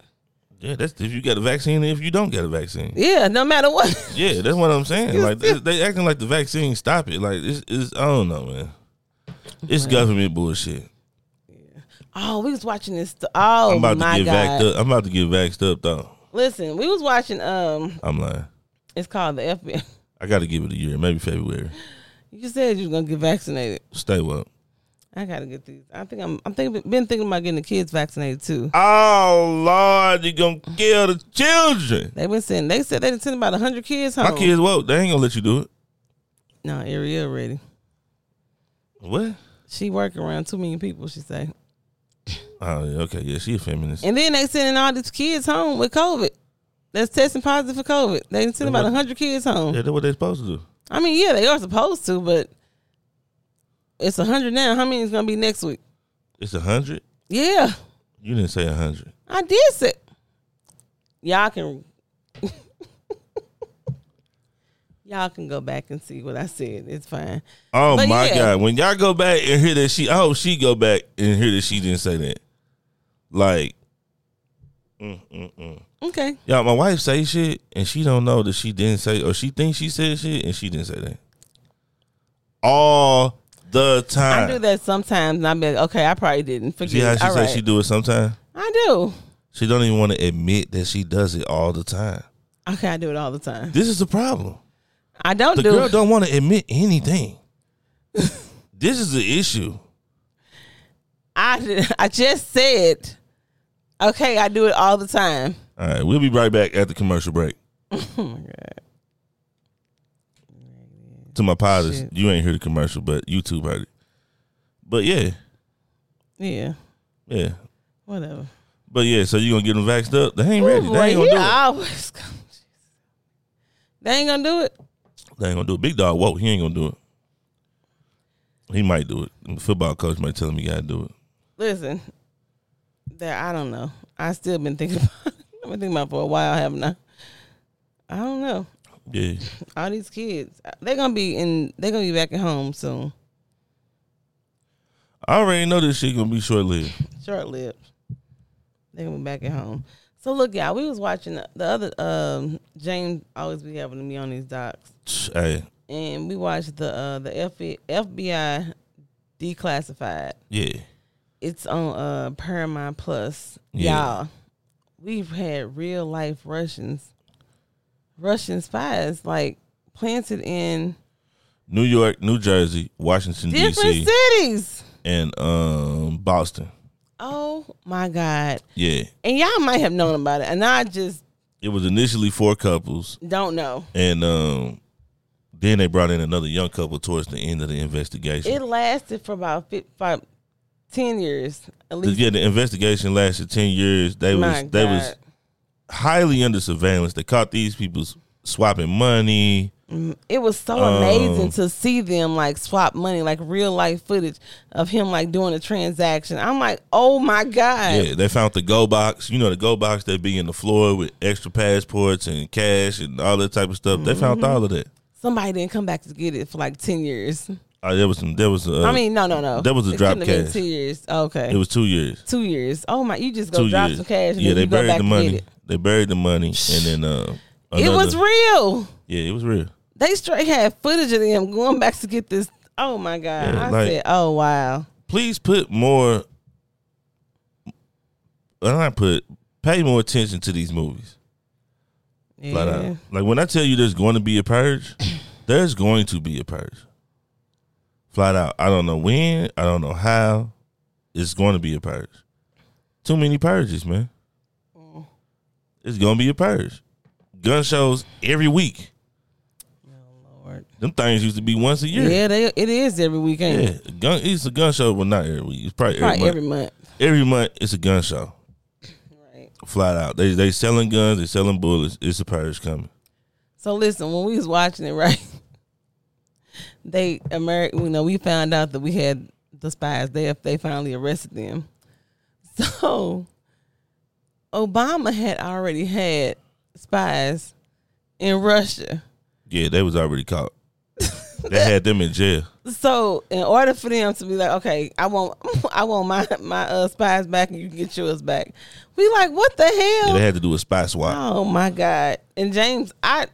S1: Yeah, that's if you got a vaccine and if you don't get a vaccine.
S2: Yeah, no matter what. [LAUGHS]
S1: Yeah, that's what I'm saying.
S2: You
S1: Like they,
S2: still-
S1: they acting like the vaccine stop it. Like it's, it's I don't know, man. It's government bullshit.
S2: oh, we was watching this. st- oh
S1: I'm about
S2: my
S1: to get
S2: god!
S1: vaxxed up. I'm about to get vaxxed up though.
S2: Listen, we was watching. Um,
S1: I'm lying.
S2: it's called the FBI.
S1: I got to give it a year, maybe February.
S2: [LAUGHS] You said you was gonna get vaccinated.
S1: Stay up.
S2: I gotta get these. I think I'm. I'm thinking. Been thinking about getting the kids vaccinated too.
S1: Oh Lord, you gonna kill the children?
S2: They been sending. They said they done sent about hundred kids home.
S1: My kids woke. They ain't gonna let you do it.
S2: No, Ariel ready.
S1: What?
S2: She work around too many people. She say.
S1: Oh, yeah, okay, yeah, she a feminist.
S2: And then they sending all these kids home with COVID. That's testing positive for COVID. They done sent about hundred kids home.
S1: Yeah, that's what they supposed to do.
S2: I mean, yeah, they are supposed to, but it's hundred now. How many is gonna be next week?
S1: It's a hundred.
S2: Yeah,
S1: You didn't say a hundred.
S2: I did say. Y'all can. [LAUGHS] Y'all can go back and see what I said. It's fine.
S1: Oh
S2: But
S1: my
S2: yeah.
S1: god! When y'all go back and hear that she, I hope she go back and hear that she didn't say that. Like, mm, mm, mm.
S2: Okay.
S1: y'all, my wife say shit and she don't know that she didn't say, or she thinks she said shit and she didn't say that. All the
S2: I
S1: time.
S2: do that sometimes, and i be like, okay, I probably didn't.
S1: See
S2: Forget.
S1: how she
S2: All
S1: say
S2: right.
S1: she do it sometimes.
S2: I do.
S1: She don't even want to admit that she does it all the time.
S2: Okay, I do it all the time.
S1: This is the problem.
S2: I don't
S1: The
S2: do.
S1: girl don't want to admit anything. [LAUGHS] this is the issue.
S2: I [LAUGHS] did- I just said, okay, I do it all the time.
S1: All right, we'll be right back at the commercial break.
S2: [LAUGHS] Oh
S1: To my podders,
S2: Shit.
S1: you ain't hear the commercial, but YouTube heard it. But yeah,
S2: Yeah.
S1: yeah,
S2: Whatever.
S1: but yeah. So you gonna get them vaxxed up? They ain't ready.
S2: Ooh,
S1: They
S2: boy,
S1: ain't gonna
S2: he
S1: do it.
S2: always come- They ain't gonna do it.
S1: They ain't gonna do it. Big dog, whoa, he ain't gonna do it. He might do it. The football coach might tell him he gotta do it.
S2: Listen, there. I don't know. I still been thinking [LAUGHS] about. I've been thinking about it for a while, haven't I? I don't know.
S1: Yeah,
S2: All these kids, they're gonna be in. They're gonna be back at home soon.
S1: I already know this shit gonna be short lived.
S2: Short lived. They're gonna be back at home. So look, y'all. We was watching the, the other. Um, James always be having me on these docs,
S1: Hey,
S2: and we watched the uh, the FBI, FBI declassified.
S1: yeah,
S2: it's on uh Paramount Plus.
S1: Yeah.
S2: Y'all, we've had real life Russians, Russian spies like planted in
S1: New York, New Jersey, Washington
S2: different
S1: D.C.,
S2: cities.
S1: and um Boston.
S2: Oh my God.
S1: Yeah,
S2: And y'all might have known about it. And I just
S1: it was initially four couples,
S2: don't know.
S1: and um, then they brought in another young couple towards the end of the investigation.
S2: It lasted for about fi five, 10 years at
S1: The-
S2: least.
S1: yeah, the investigation lasted ten years. They
S2: my
S1: was they
S2: God.
S1: was highly under surveillance. They caught these people s- swapping money.
S2: It was so amazing
S1: Oh.
S2: to see them like swap money, like real life footage of him like doing a transaction. I'm like, oh my God.
S1: Yeah, they found the go box. You know, the go box that be in the floor with extra passports and cash and all that type of stuff. They found
S2: Mm-hmm.
S1: all of that.
S2: somebody didn't come back to get it for like ten years.
S1: Uh, there was some. There was. Uh,
S2: I mean, no, no, no.
S1: that was a
S2: It
S1: drop
S2: couldn't have been
S1: cash.
S2: Two years. Okay,
S1: it was two years.
S2: two years. Oh my! You just go
S1: Two
S2: drop
S1: years.
S2: some cash. And
S1: yeah,
S2: then
S1: they
S2: you go back
S1: buried the
S2: to
S1: money.
S2: Get
S1: They buried the money, and then uh,
S2: it. it was
S1: another-
S2: real.
S1: yeah, it was real.
S2: They straight had footage of them going back to get this. Oh my god!
S1: Yeah,
S2: I
S1: like-
S2: said, oh wow.
S1: please put more and I put pay more attention to these movies.
S2: Yeah.
S1: Flat out. Like when I tell you there's going to be a purge,
S2: [CLEARS THROAT]
S1: there's going to be a purge. Flat out. I don't know when, I don't know how. It's going to be a purge. Too many purges, man.
S2: Mm.
S1: It's going to be a purge. Gun shows every week.
S2: Oh Lord.
S1: Them things used to be once a
S2: Yeah,
S1: year.
S2: they, it is every weekend.
S1: Yeah, gun. It's a gun show, but not every week. It's probably,
S2: Probably
S1: every
S2: every
S1: month.
S2: month.
S1: Every month, it's a gun show.
S2: Right.
S1: Flat out, they they selling guns, they selling bullets. It's a purge coming.
S2: So listen, when we was watching it, right? [LAUGHS] They America, you know, we found out that we had the spies. They they finally arrested them. [LAUGHS] So Obama had already had spies in Russia.
S1: Yeah, they was already
S2: [LAUGHS]
S1: caught. they had them in jail.
S2: So in order for them to be like, okay, I want [LAUGHS] I want my my uh, spies back, and you can get yours back. We like, what the hell?
S1: Yeah, they had to do a spy swap.
S2: Oh my God! And James, I,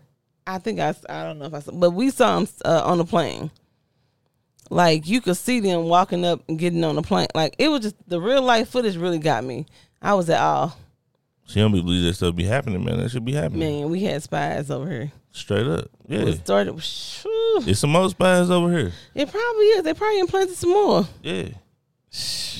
S2: I think I, I don't know if I, saw, but we saw him uh, on the plane. Like you could see them walking up and getting on the plane. Like it was just the real life footage really got me. I was at all
S1: She don't believe that stuff be happening, man. That should be happening.
S2: man. We had spies over here.
S1: Straight up. Yeah.
S2: It started. Whew,
S1: It's some more spies over here.
S2: it probably is. They probably implanted some more.
S1: Yeah.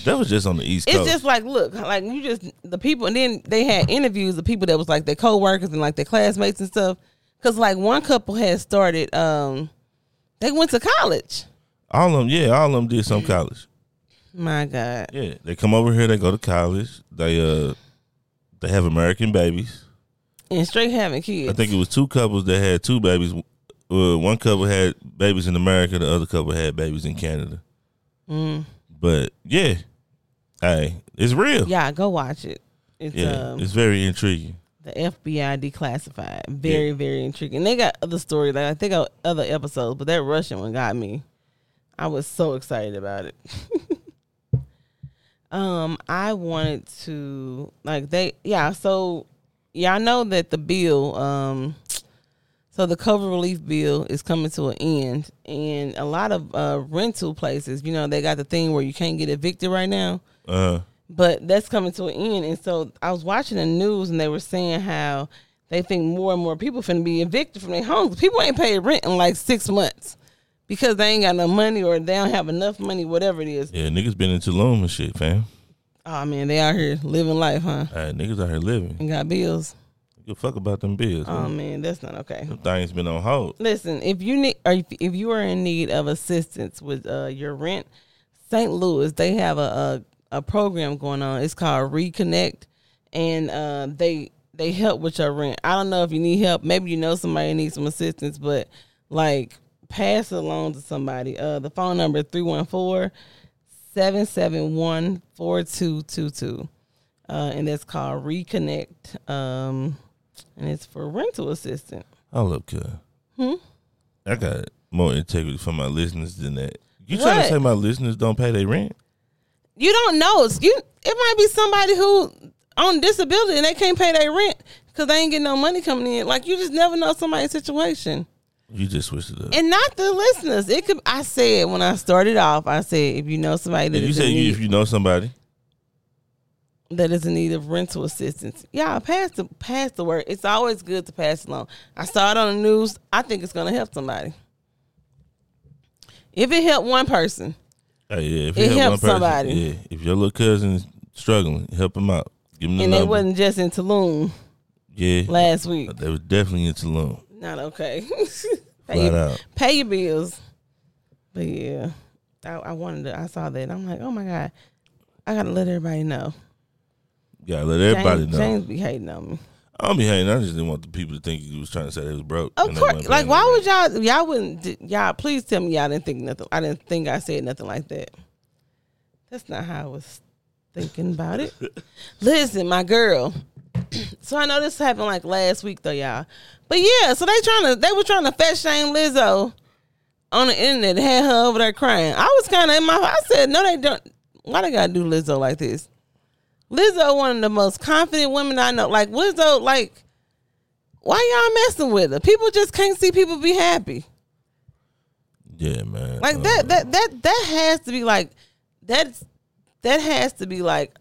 S1: That was just on the East
S2: It's
S1: Coast.
S2: just like look, like you just the people, and then they had interviews of people that was like their coworkers and like their classmates and stuff. Cause like one couple had started, um, they went to college.
S1: all of them, yeah, all of them did some college.
S2: My God.
S1: Yeah. They come over here, they go to college. They uh they have American babies.
S2: And straight having
S1: I
S2: kids.
S1: think it was two couples that had two babies. Uh, one couple had babies in America, the other couple had babies in Canada.
S2: Mm.
S1: But yeah. Hey, it's real.
S2: Yeah, go watch it. It's
S1: Yeah,
S2: um
S1: it's very intriguing.
S2: the FBI declassified. Very, very intriguing. They got other stories. Like I think of other episodes, but that Russian one got me. I was so excited about it. [LAUGHS] um, I wanted to like they yeah, so yeah, I know that the bill, um so the COVID relief bill is coming to an end and a lot of uh rental places, you know, they got the thing where you can't get evicted right now
S1: Uh
S2: but that's coming to an end. And so I was watching the news, and they were saying how they think more and more people finna be evicted from their homes. People ain't paid rent in like six months because they ain't got no money or they don't have enough money, whatever it is.
S1: yeah, niggas been in Tulum and shit, fam.
S2: Oh man, they out here living life, huh?
S1: All right, niggas out here living.
S2: And got bills.
S1: Give a fuck about them bills.
S2: Oh man, that's not okay.
S1: Them things been on hold.
S2: Listen, if you need or if, if you are in need of assistance with uh, your rent, St. Louis they have a, a a program going on. It's called Reconnect, and uh, they they help with your rent. I don't know if you need help. Maybe you know somebody needs some assistance, but like pass it along to somebody. Uh, the phone number is 314 771 4222. Uh, And that's called Reconnect. Um, and it's for rental assistance.
S1: Hold up, cuz.
S2: Hmm?
S1: I got more integrity from my listeners than that. You trying to
S2: What?
S1: say my listeners don't pay their rent?
S2: you don't know. It's- You it might be somebody who on disability and they can't pay their rent because they ain't getting no money coming in. Like you just never know somebody's situation.
S1: You just switched it up.
S2: And not the listeners. It could. I said when I started off, I said if you know somebody that
S1: And you
S2: is in
S1: said you,
S2: need,
S1: if you know somebody,
S2: that is in need of rental assistance, yeah, pass the pass the word. It's always good to pass along. I saw it on the news. I think it's gonna help somebody. If it helped one person,
S1: hey, yeah, if
S2: It
S1: you help one
S2: helps
S1: person,
S2: somebody.
S1: yeah, if your little cousin's struggling, help him out. Give him the
S2: and
S1: number.
S2: they wasn't just in Tulum
S1: yeah,
S2: last week,
S1: they was definitely in Tulum.
S2: not okay. [LAUGHS]
S1: Flat out.
S2: pay your bills. But yeah, I, I wanted to. I saw that. I'm like, oh my god, I gotta let everybody know.
S1: Gotta let everybody
S2: James,
S1: know.
S2: James be hating on me.
S1: I don't be hating. I just didn't want the people to think you was trying to say they was broke.
S2: Of
S1: and they
S2: course,
S1: wasn't
S2: like
S1: paying
S2: why
S1: their
S2: would y'all? Y'all wouldn't. d- Y'all, please tell me y'all didn't think nothing. I didn't think I said nothing like that. That's not how I was thinking
S1: [LAUGHS]
S2: about it. Listen, my girl. [CLEARS THROAT] So I know this happened like last week though, y'all. But yeah, so they trying to they were trying to fat shame Lizzo on the internet, had her over there crying. I was kind of in my. I said, no, they don't. Why they gotta do Lizzo like this? Lizzo, one of the most confident women I know. Like Lizzo, like why y'all messing with her? People just can't see people be happy.
S1: Yeah, man.
S2: Like
S1: Uh,
S2: that that that that has to be like that's that has to be like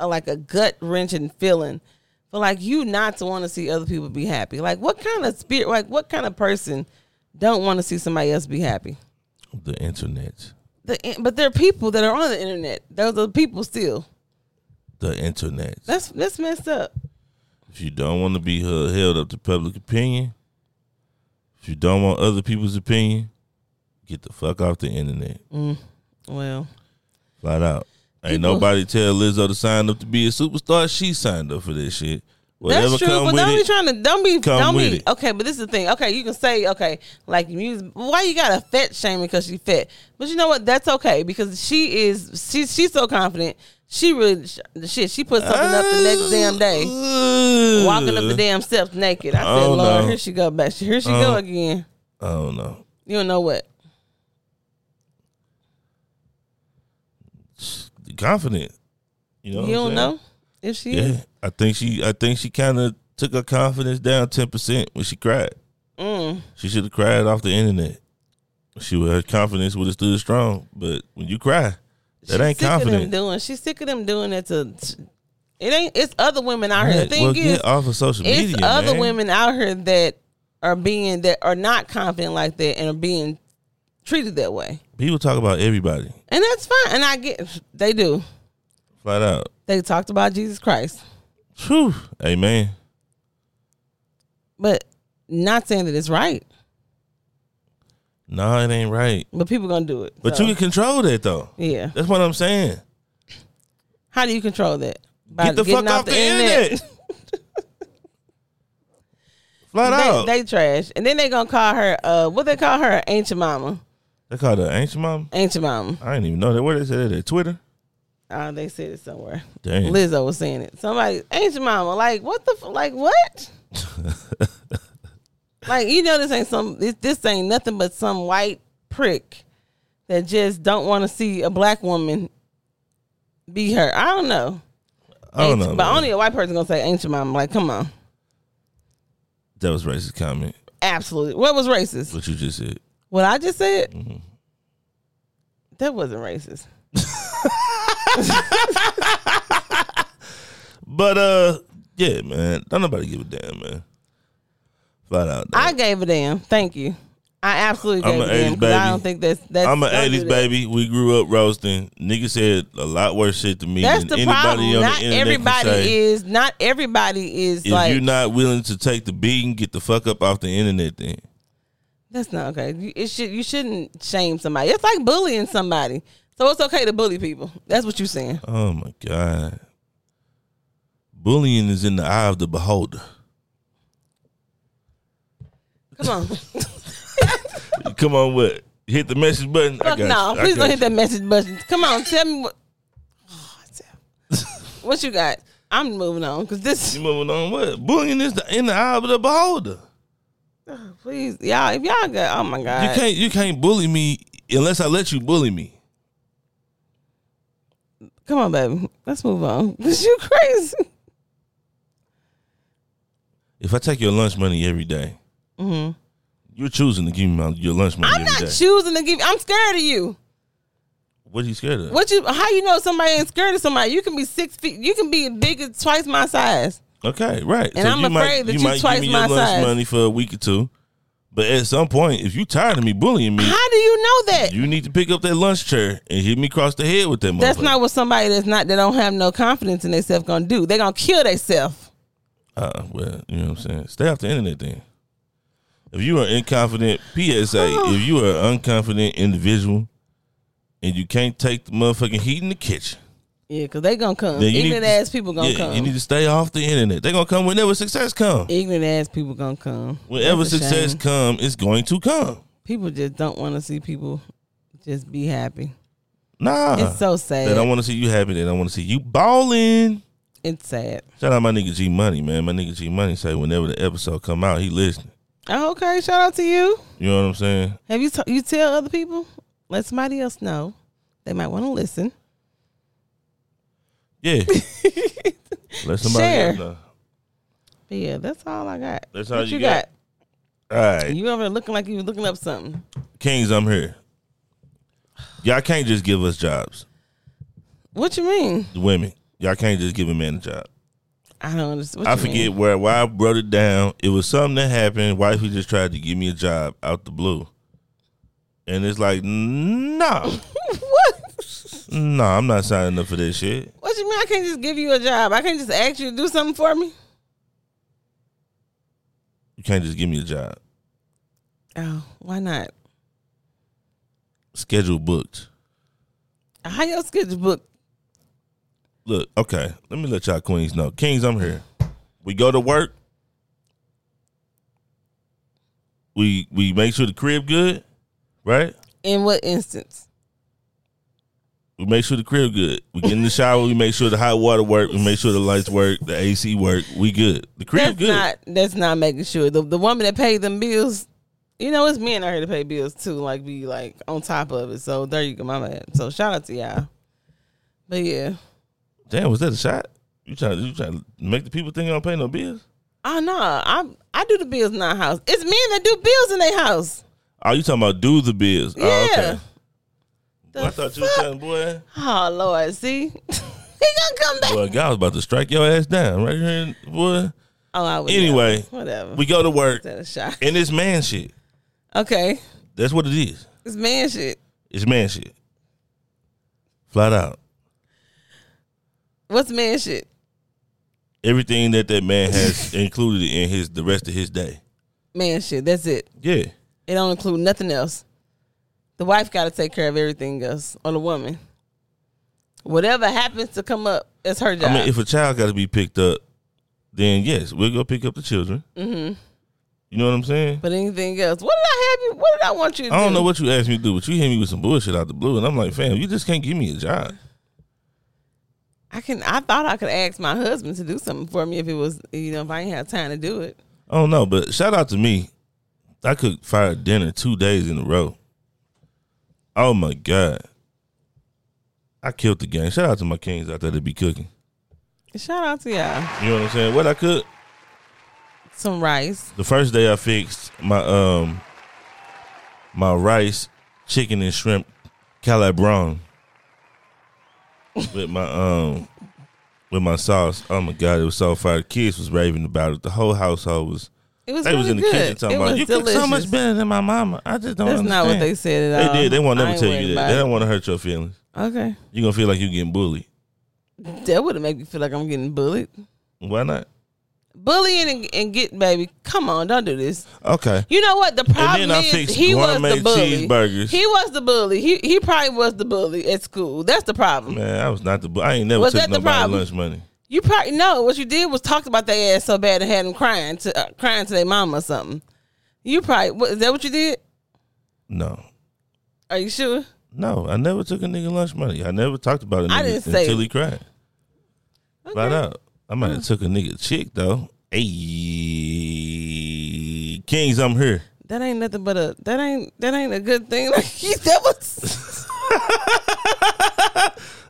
S2: a, like a gut wrenching feeling for like you not to want to see other people be happy. Like what kind of spirit? Like what kind of person don't want to see somebody else be happy?
S1: the internet.
S2: the eh, but there are people that are on the internet. Those are people still.
S1: The internet.
S2: That's that's messed up.
S1: If you don't want to be uh, held up to public opinion, if you don't want other people's opinion, get the fuck off the internet.
S2: Well,
S1: Flat out. Ain't
S2: People-
S1: nobody tell Lizzo to sign up to be a superstar. She signed up for this shit.
S2: that's true. But don't be trying to don't be
S1: come
S2: don't
S1: with
S2: be
S1: it.
S2: okay. But this is the thing. Okay, you can say okay, like you. Why you got a fat shame because she fat? But you know what? That's okay because she is she she's so confident. She really sh- shit. She put something up the next damn day,
S1: day.
S2: walking up the damn steps naked. I said,
S1: Oh,
S2: Lord,
S1: no.
S2: here she go back. Here she go
S1: Oh.
S2: again.
S1: I don't know.
S2: You don't know what?
S1: Confident. You know. what
S2: You
S1: I'm saying?
S2: don't know if she.
S1: Yeah, I think she. I think she kind of took her confidence down ten percent when she cried.
S2: Mm.
S1: She should have cried off the internet. She her confidence would have stood strong, but when you cry, that ain't
S2: sick Of them
S1: confident.
S2: doing, she's sick of them doing it to. It ain't. It's other women out here. The
S1: Right,
S2: thing
S1: well,
S2: is,
S1: get off of social
S2: it's
S1: media,
S2: other
S1: man.
S2: women out here that are being that are not confident like that and are being treated that way,
S1: People talk about everybody,
S2: and that's fine. And I get they do.
S1: flat out.
S2: They talked about Jesus Christ,
S1: Whew. Amen.
S2: but not saying that it's right.
S1: No, it ain't right.
S2: But people gonna do it.
S1: But
S2: So,
S1: you can control that though.
S2: yeah.
S1: That's what I'm saying.
S2: How do you control that? By
S1: Get the
S2: getting
S1: fuck off the, internet.
S2: [LAUGHS]
S1: [LAUGHS] flat out. They,
S2: They, they trash, and then they gonna call her. Uh, what they call her? Ancient mama.
S1: called her ancient mom.
S2: Ancient mama.
S1: I didn't even know that. Where they said that at Twitter.
S2: Uh, they said it somewhere.
S1: Damn.
S2: Lizzo was saying it. Somebody, ain't your mama? Like what the? f- Like
S1: [LAUGHS]
S2: what? like you know, this ain't some. This, this ain't nothing but some white prick that just don't want to see a black woman be her. I don't know.
S1: I don't
S2: Ain't-
S1: know.
S2: but
S1: man.
S2: only a white person gonna say ain't your mama. Like come on,
S1: that was racist comment.
S2: absolutely. What was racist?
S1: What you just said.
S2: What I just said?
S1: Mm-hmm.
S2: That wasn't racist.
S1: But uh, yeah, man. Don't nobody give a damn, man. Flat out. dog.
S2: I gave a damn. Thank you. I absolutely
S1: I'm
S2: gave
S1: an
S2: a damn
S1: 80s
S2: because I
S1: baby.
S2: don't think that's that's.
S1: I'm an
S2: don't do
S1: '80s
S2: that.
S1: baby. We grew up roasting. Niggas said a lot worse shit to me
S2: That's
S1: than
S2: the
S1: anybody
S2: problem.
S1: on
S2: Not
S1: the internet.
S2: everybody
S1: can say.
S2: is. Not everybody is
S1: If
S2: like.
S1: you're not willing to take the beating, get the fuck up off the internet. Then
S2: that's not okay. You, it should. You shouldn't shame somebody. It's like bullying somebody. So it's okay to bully people. That's what you're saying.
S1: Oh my God. Bullying is in the eye of the beholder.
S2: Come
S1: [LAUGHS]
S2: on.
S1: Come on, what? Hit the message button. I got you.
S2: no,
S1: I
S2: please
S1: got
S2: don't hit that message button. Come on, tell
S1: [LAUGHS]
S2: me what. Oh, tell- what you got? I'm moving on because this.
S1: You moving on what? Bullying is the, in the eye of the beholder.
S2: Please, y'all. If y'all got. Oh my
S1: You
S2: god.
S1: can't you can't bully me unless I let you bully me.
S2: Come on, baby. Let's move on. [LAUGHS] Cause you crazy.
S1: If I take your lunch money every day, you're choosing to give me my, your lunch money
S2: Mm-hmm. I'm
S1: every
S2: not
S1: day.
S2: choosing to give. I'm scared of you.
S1: what are you scared of?
S2: What you? How you know somebody ain't scared of somebody? You can be six feet. You can be big as twice my size.
S1: Okay, right.
S2: And I'm afraid that you twice
S1: give me
S2: my
S1: your lunch
S2: size.
S1: money for a week or two, but at some point, if you tired of me bullying me,
S2: How do you know that?
S1: you need to pick up that lunch chair and hit me across the head with that.
S2: that's
S1: motherfucker.
S2: not what somebody that's not that don't have no confidence in themselves gonna do. They gonna kill themselves.
S1: Uh, well, you know what I'm saying. Stay off the internet then. If you are inconfident,
S2: [SIGHS]
S1: PSA. If you are an unconfident individual, and you can't take the motherfucking heat in the kitchen,
S2: Yeah, cause they gonna come.
S1: then you
S2: Ignorant
S1: need
S2: ass people gonna
S1: yeah,
S2: come.
S1: You need to stay off the internet. They're gonna come whenever success comes.
S2: Ignorant ass people gonna come.
S1: Whenever
S2: That's a shame.
S1: success comes, it's going to come.
S2: people just don't want to see people just be happy.
S1: Nah,
S2: It's so
S1: Uh, they
S2: sad.
S1: don't want to see you happy. They don't want to see you balling.
S2: it's sad.
S1: Shout out my nigga G Money, man. My nigga G Money say whenever the episode come out, he listening.
S2: Oh, okay, shout out to you.
S1: You know what I'm saying?
S2: Have you t- you tell other people? Let somebody else know. They might want to listen.
S1: Yeah.
S2: [LAUGHS]
S1: Let somebody
S2: Share.
S1: else know.
S2: But yeah, that's all I got.
S1: That's all
S2: What
S1: you got? All right.
S2: You over there looking like you was looking up something.
S1: Kings, I'm here. Y'all can't just give us jobs,
S2: What you mean?
S1: the women. Y'all can't just give a man a job.
S2: I don't understand. What
S1: I
S2: you
S1: forget
S2: mean? [LAUGHS]
S1: where why I wrote it down. It was something that happened. Wifey just tried to give me a job out the blue, And it's like, nah,
S2: what?
S1: nah, I'm not signing up for this shit.
S2: What you mean? I can't just give you a job. I can't just ask you to do something for me.
S1: You can't just give me a job.
S2: Oh, why not?
S1: Schedule booked.
S2: How your schedule booked?
S1: Look, okay, let me let y'all queens know. Kings, I'm here. We go to work. We we make sure the crib good, right?
S2: In what instance?
S1: We make sure the crib good. We get in the shower. We make sure the hot water work. We make sure the lights work. The AC work. We good. The crib
S2: That's
S1: good.
S2: not. That's not making sure the the woman that paid them bills. You know, it's men out here to pay bills too. Like be like on top of it. So there you go, my man. So shout out to y'all. But yeah,
S1: Damn, was that a shot? You trying you trying to make the people think I don't pay no bills?
S2: oh no, I I do the bills in our house. It's men that do bills in their house.
S1: Oh, you talking about do the bills? Oh,
S2: Yeah.
S1: okay.
S2: The
S1: Well, I thought you was
S2: fuck?
S1: telling boy.
S2: Oh Lord, see, [LAUGHS] he gonna come back.
S1: Boy, God was about to strike your ass down right here, boy.
S2: Oh, I would.
S1: Anyway,
S2: never. whatever.
S1: We go to work
S2: Instead of shot.
S1: and it's man shit.
S2: Okay,
S1: That's what it is.
S2: it's man shit.
S1: It's man shit. Flat out.
S2: What's man shit?
S1: Everything that that man
S2: [LAUGHS]
S1: has included in his the rest of his day.
S2: Man shit. That's it.
S1: Yeah.
S2: It don't include nothing else. The wife got to take care of everything else, or the woman. Whatever happens to come up, it's her job.
S1: I mean, if a child got to be picked up, then yes, we'll go pick up the children. Mm-hmm. You know what I'm saying?
S2: but anything else, what did I have you? What did I want you to
S1: I don't
S2: do?
S1: know what you asked me to do, but you hit me with some bullshit out the blue, and I'm like, fam, you just can't give me a job.
S2: I can. I thought I could ask my husband to do something for me if it was, you know, if I ain't have time to do it.
S1: I don't know, but shout out to me. I cooked fire dinner two days in a row. Oh my god, I killed the game. Shout out to my kings out there that be cooking.
S2: Shout out to y'all.
S1: You know what I'm saying? What I cooked
S2: Some rice.
S1: the first day, I fixed my um my rice, chicken and shrimp calabron with my um with my sauce. Oh my god, it was so fire. The kids was raving about it. The whole household was.
S2: It was.
S1: They
S2: really
S1: was in the
S2: good.
S1: kitchen talking
S2: it
S1: about
S2: was
S1: you cook
S2: delicious.
S1: so much better than my mama. I just don't
S2: That's
S1: understand.
S2: not what they said at
S1: They
S2: all.
S1: did. They won't
S2: I
S1: never
S2: ain't
S1: tell
S2: worried
S1: you that.
S2: about
S1: They
S2: it.
S1: don't want to hurt your feelings.
S2: Okay.
S1: You're gonna feel like you're getting bullied.
S2: That would have made me feel like I'm getting bullied.
S1: Why not?
S2: Bullying and, and get baby. Come on, don't do this.
S1: Okay.
S2: You know what? The problem
S1: I
S2: is
S1: fixed
S2: he was
S1: gourmet
S2: the bully.
S1: cheeseburgers.
S2: He was the bully. He he probably was the bully at school. That's the problem.
S1: Man, I was not the. bu- I ain't never
S2: Was
S1: took
S2: that the
S1: nobody
S2: problem?
S1: lunch money.
S2: You probably know what you did was talked about their ass so bad and had them crying to uh, crying to their mama or something. You probably what, is that what you did?
S1: No,
S2: Are you sure?
S1: no, I never took a nigga lunch money. I never talked about a nigga
S2: I didn't say-
S1: until he cried.
S2: Okay.
S1: Flat out. I might have took a nigga chick though. Hey, Kings, I'm here.
S2: That ain't nothing but a that ain't that ain't a good thing. [LAUGHS] Like he, that was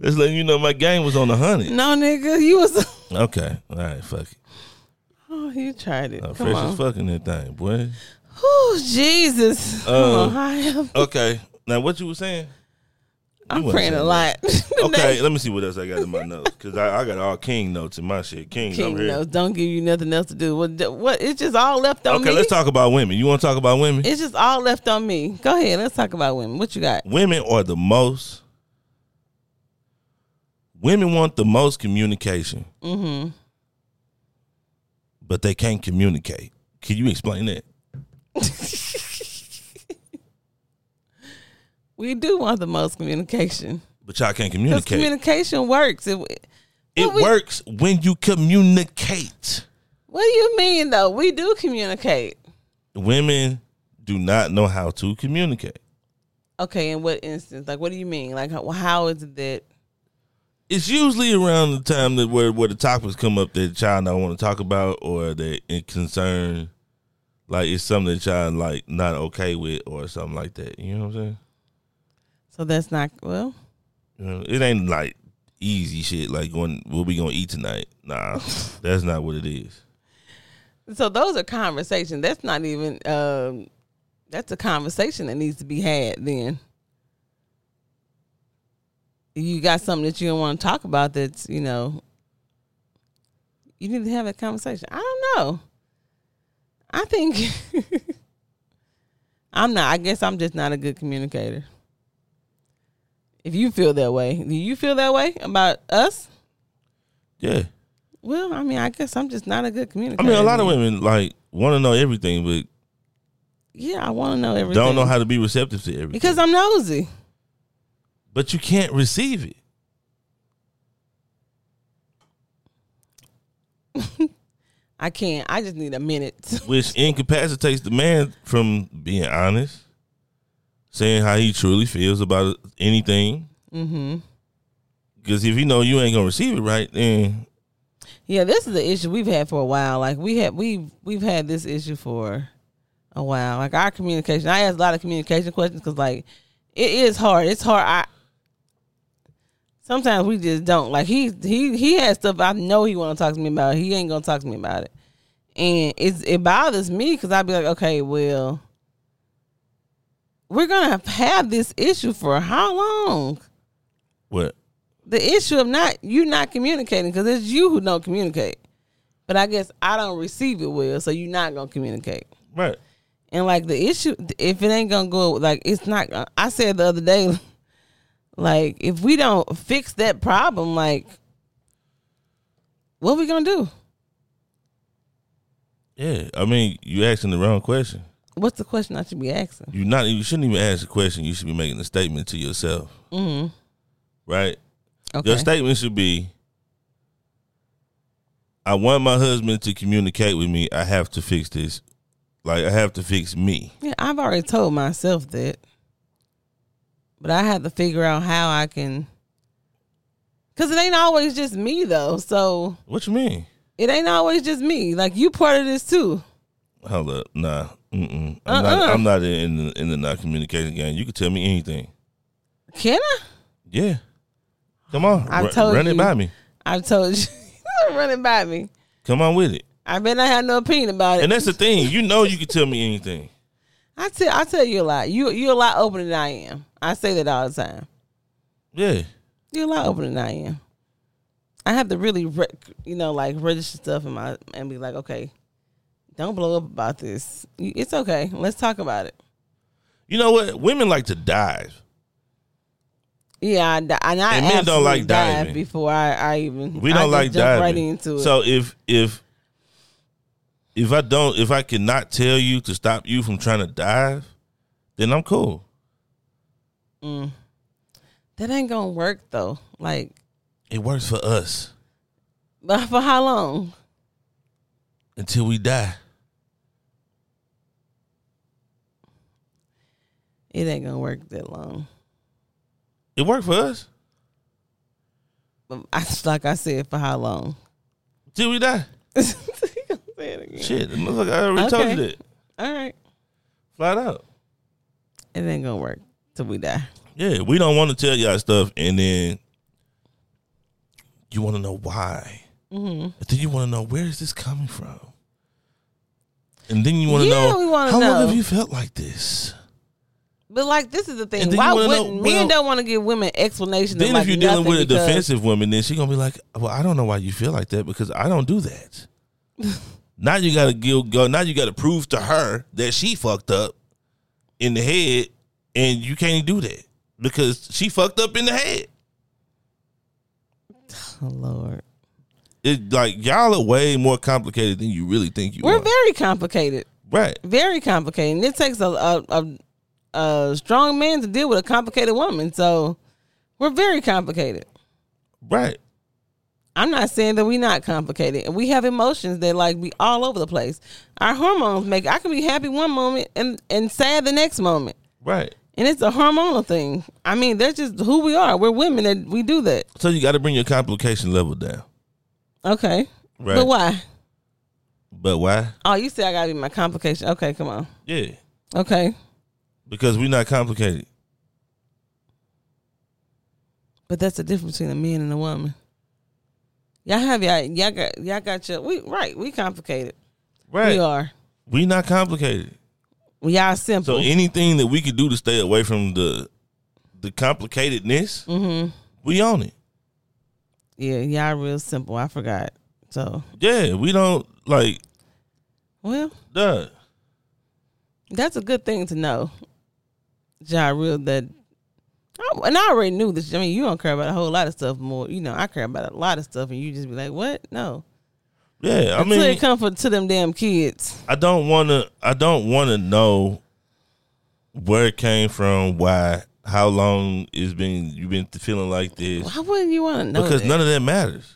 S1: Just letting you know my game was on the hundred.
S2: no nigga. You was
S1: Okay, all right, fuck it.
S2: [LAUGHS] oh you tried it.
S1: I'm
S2: Come
S1: fresh as
S2: on.
S1: fuck in that thing,
S2: [LAUGHS]
S1: boy.
S2: Oh Jesus. Come
S1: Uh,
S2: on, I am.
S1: Okay. Now what you were
S2: [LAUGHS]
S1: saying?
S2: I'm
S1: wasn't
S2: praying a
S1: saying
S2: lot. [LAUGHS]
S1: Okay, let me see what else I got in my notes because I, I got all king notes in my shit. Kings,
S2: King
S1: I'm here.
S2: knows. Don't give you nothing else to do. What? What? It's just all left on
S1: Okay,
S2: me.
S1: let's talk about women. You want to talk about women?
S2: It's just all left on me. Go ahead. Let's talk about women. What you got?
S1: women are the most. Women want the most communication, mm-hmm. but they can't communicate. Can you explain that?
S2: We do want the most communication
S1: But y'all can't
S2: because
S1: communicate.
S2: communication works. It,
S1: it
S2: but we-
S1: works when you communicate.
S2: what do you mean though? We do communicate.
S1: Women do not know how to communicate.
S2: Okay. In what instance? Like, what do you mean? Like, how, how is it that?
S1: it's usually around the time that where where the topics come up that child don't want to talk about or that it concern like it's something that child like not okay with or something like that. You know what I'm saying?
S2: So that's not well.
S1: You know, it ain't like easy shit like going what we gonna eat tonight. Nah, that's not what it is.
S2: So those are conversations. That's not even. Um, that's a conversation that needs to be had. Then you got something that you don't want to talk about. That's you know. You need to have that conversation. I don't know. I think. [LAUGHS] I'm not. I guess I'm just not a good communicator. If you feel that way, do you feel that way about us?
S1: Yeah.
S2: Well, I mean, I guess I'm just not a good
S1: I
S2: communicator.
S1: mean, a lot of women like want to know everything, but
S2: Yeah, I want to know everything.
S1: don't know how to be receptive to everything.
S2: because I'm nosy.
S1: but you can't receive it.
S2: I can't. I just need a minute.
S1: which incapacitates the man from being honest, saying how he truly feels about anything.
S2: hmm
S1: Because if you know you ain't gonna receive it right, then
S2: Yeah, this is the issue we've had for a while. Like we had we we've had this issue for a while. Like our communication. I asked a lot of communication questions because like it is hard. It's hard. I sometimes we just don't like he he he has stuff I know he want to talk to me about. He ain't gonna talk to me about it, and it's it bothers me because I'd be like, okay, well, we're gonna have- have this issue for how long?
S1: what?
S2: the issue of not you not communicating because it's you who don't communicate. But I guess I don't receive it well, so you're not gonna communicate.
S1: Right.
S2: And like the issue, if it ain't gonna go, like it's not. gonna- I said the other day, [LAUGHS] like if we don't fix that problem, like what we gonna do?
S1: Yeah. I mean, you asking the wrong question.
S2: What's the question I should be asking?
S1: You not. You shouldn't even ask a question. You should be making a statement to yourself.
S2: Mm-hmm.
S1: Right.
S2: Okay.
S1: Your statement should be. I want my husband to communicate with me. I have to fix this. Like I have to fix me.
S2: yeah, I've already told myself that, but I have to figure out how I can. Cause it ain't always just me though, so
S1: What you mean?
S2: it ain't always just me. Like you part of this too.
S1: Hold up, nah. Mm-mm. I'm, not,
S2: Uh-uh.
S1: I'm not in the, in the not communication game. You can tell me anything.
S2: Can I?
S1: Yeah, come on,
S2: I
S1: Ru-
S2: told
S1: run it
S2: you.
S1: by me.
S2: I told you, [LAUGHS] running by me.
S1: Come on with it.
S2: I bet I had no opinion about it.
S1: And that's the thing. You know, you can tell me anything.
S2: I tell I tell you a lot. You you're a lot opener than I am. I say that all the time.
S1: Yeah,
S2: You're a lot opener than I am. I have to really, re- you know, like register stuff in my and be like, okay, don't blow up about this. You- It's okay. Let's talk about it.
S1: you know what? Women like to dive.
S2: Yeah, I, di- and I
S1: And men don't
S2: absolutely
S1: like diving.
S2: dive before I, I even
S1: We
S2: I
S1: don't
S2: just
S1: like
S2: jump
S1: diving.
S2: right into it.
S1: So if if if I don't, if I cannot tell you to stop you from trying to dive, then I'm cool.
S2: Mm. that ain't gonna work though. Like, [LAUGHS]
S1: It works for us
S2: but for how long?
S1: until we die.
S2: It ain't gonna work that long.
S1: It worked for us
S2: But I, [LAUGHS] like I said, for how long? [LAUGHS]
S1: until we die.
S2: Say it again.
S1: Shit, the motherfucker, I already told you
S2: Okay.
S1: that.
S2: All right.
S1: Flat out.
S2: It ain't gonna work till we die.
S1: Yeah, we don't want to tell y'all stuff, and then you want to know why.
S2: Mm-hmm.
S1: And then you want to know where is this coming from. And then you want to
S2: Yeah,
S1: know
S2: we wanna
S1: how long
S2: know.
S1: have you felt like this?
S2: But like, this is the
S1: And
S2: thing.
S1: then
S2: Why
S1: you wanna know-
S2: wouldn't men
S1: well-
S2: don't want to give women explanation?
S1: Then
S2: of like
S1: if you're dealing
S2: nothing
S1: with a
S2: because-
S1: defensive woman, then she gonna be like, "Well, I don't know why you feel like that because I don't do
S2: [LAUGHS]
S1: that." now you gotta go, go. Now you gotta prove to her that she fucked up in the head, and you can't do that because she fucked up in the head.
S2: oh, Lord,
S1: it like y'all are way more complicated than you really think you
S2: we're
S1: are.
S2: very complicated.
S1: right.
S2: Very complicated. And it takes a a, a a strong man to deal with a complicated woman. So we're very complicated.
S1: Right.
S2: I'm not saying that we're not complicated, and we have emotions that like be all over the place. Our hormones make I can be happy one moment and and sad the next moment,
S1: Right.
S2: and it's a hormonal thing. I mean, that's just who we are. We're women that we do that.
S1: So you got to bring your complication level down.
S2: Okay,
S1: Right.
S2: but why?
S1: But why?
S2: Oh, you say I gotta be my complication. Okay, come on.
S1: Yeah.
S2: Okay,
S1: Because we're not complicated.
S2: but that's the difference between a man and a woman. Y'all have y'all y'all got y'all got your we right. We complicated.
S1: Right.
S2: We
S1: We
S2: are.
S1: are not complicated.
S2: We all
S1: So
S2: simple.
S1: anything that we could do to stay away from the the complicatedness,
S2: mm-hmm.
S1: we own it.
S2: Yeah, y'all real simple. I forgot. So
S1: Yeah. We don't like
S2: well.
S1: that.
S2: That's a good thing to know, Ja Rule. That, I- and I already knew this. I mean, you don't care about a whole lot of stuff more. You know, I care about a lot of stuff, and you just be like, "What? No."
S1: Yeah, I
S2: Until
S1: mean,
S2: it comes for to them damn kids.
S1: I don't want to. I don't want to know where it came from, why, how long it's been. You've been feeling like this
S2: Why wouldn't you want to know?
S1: because
S2: that?
S1: none of that matters.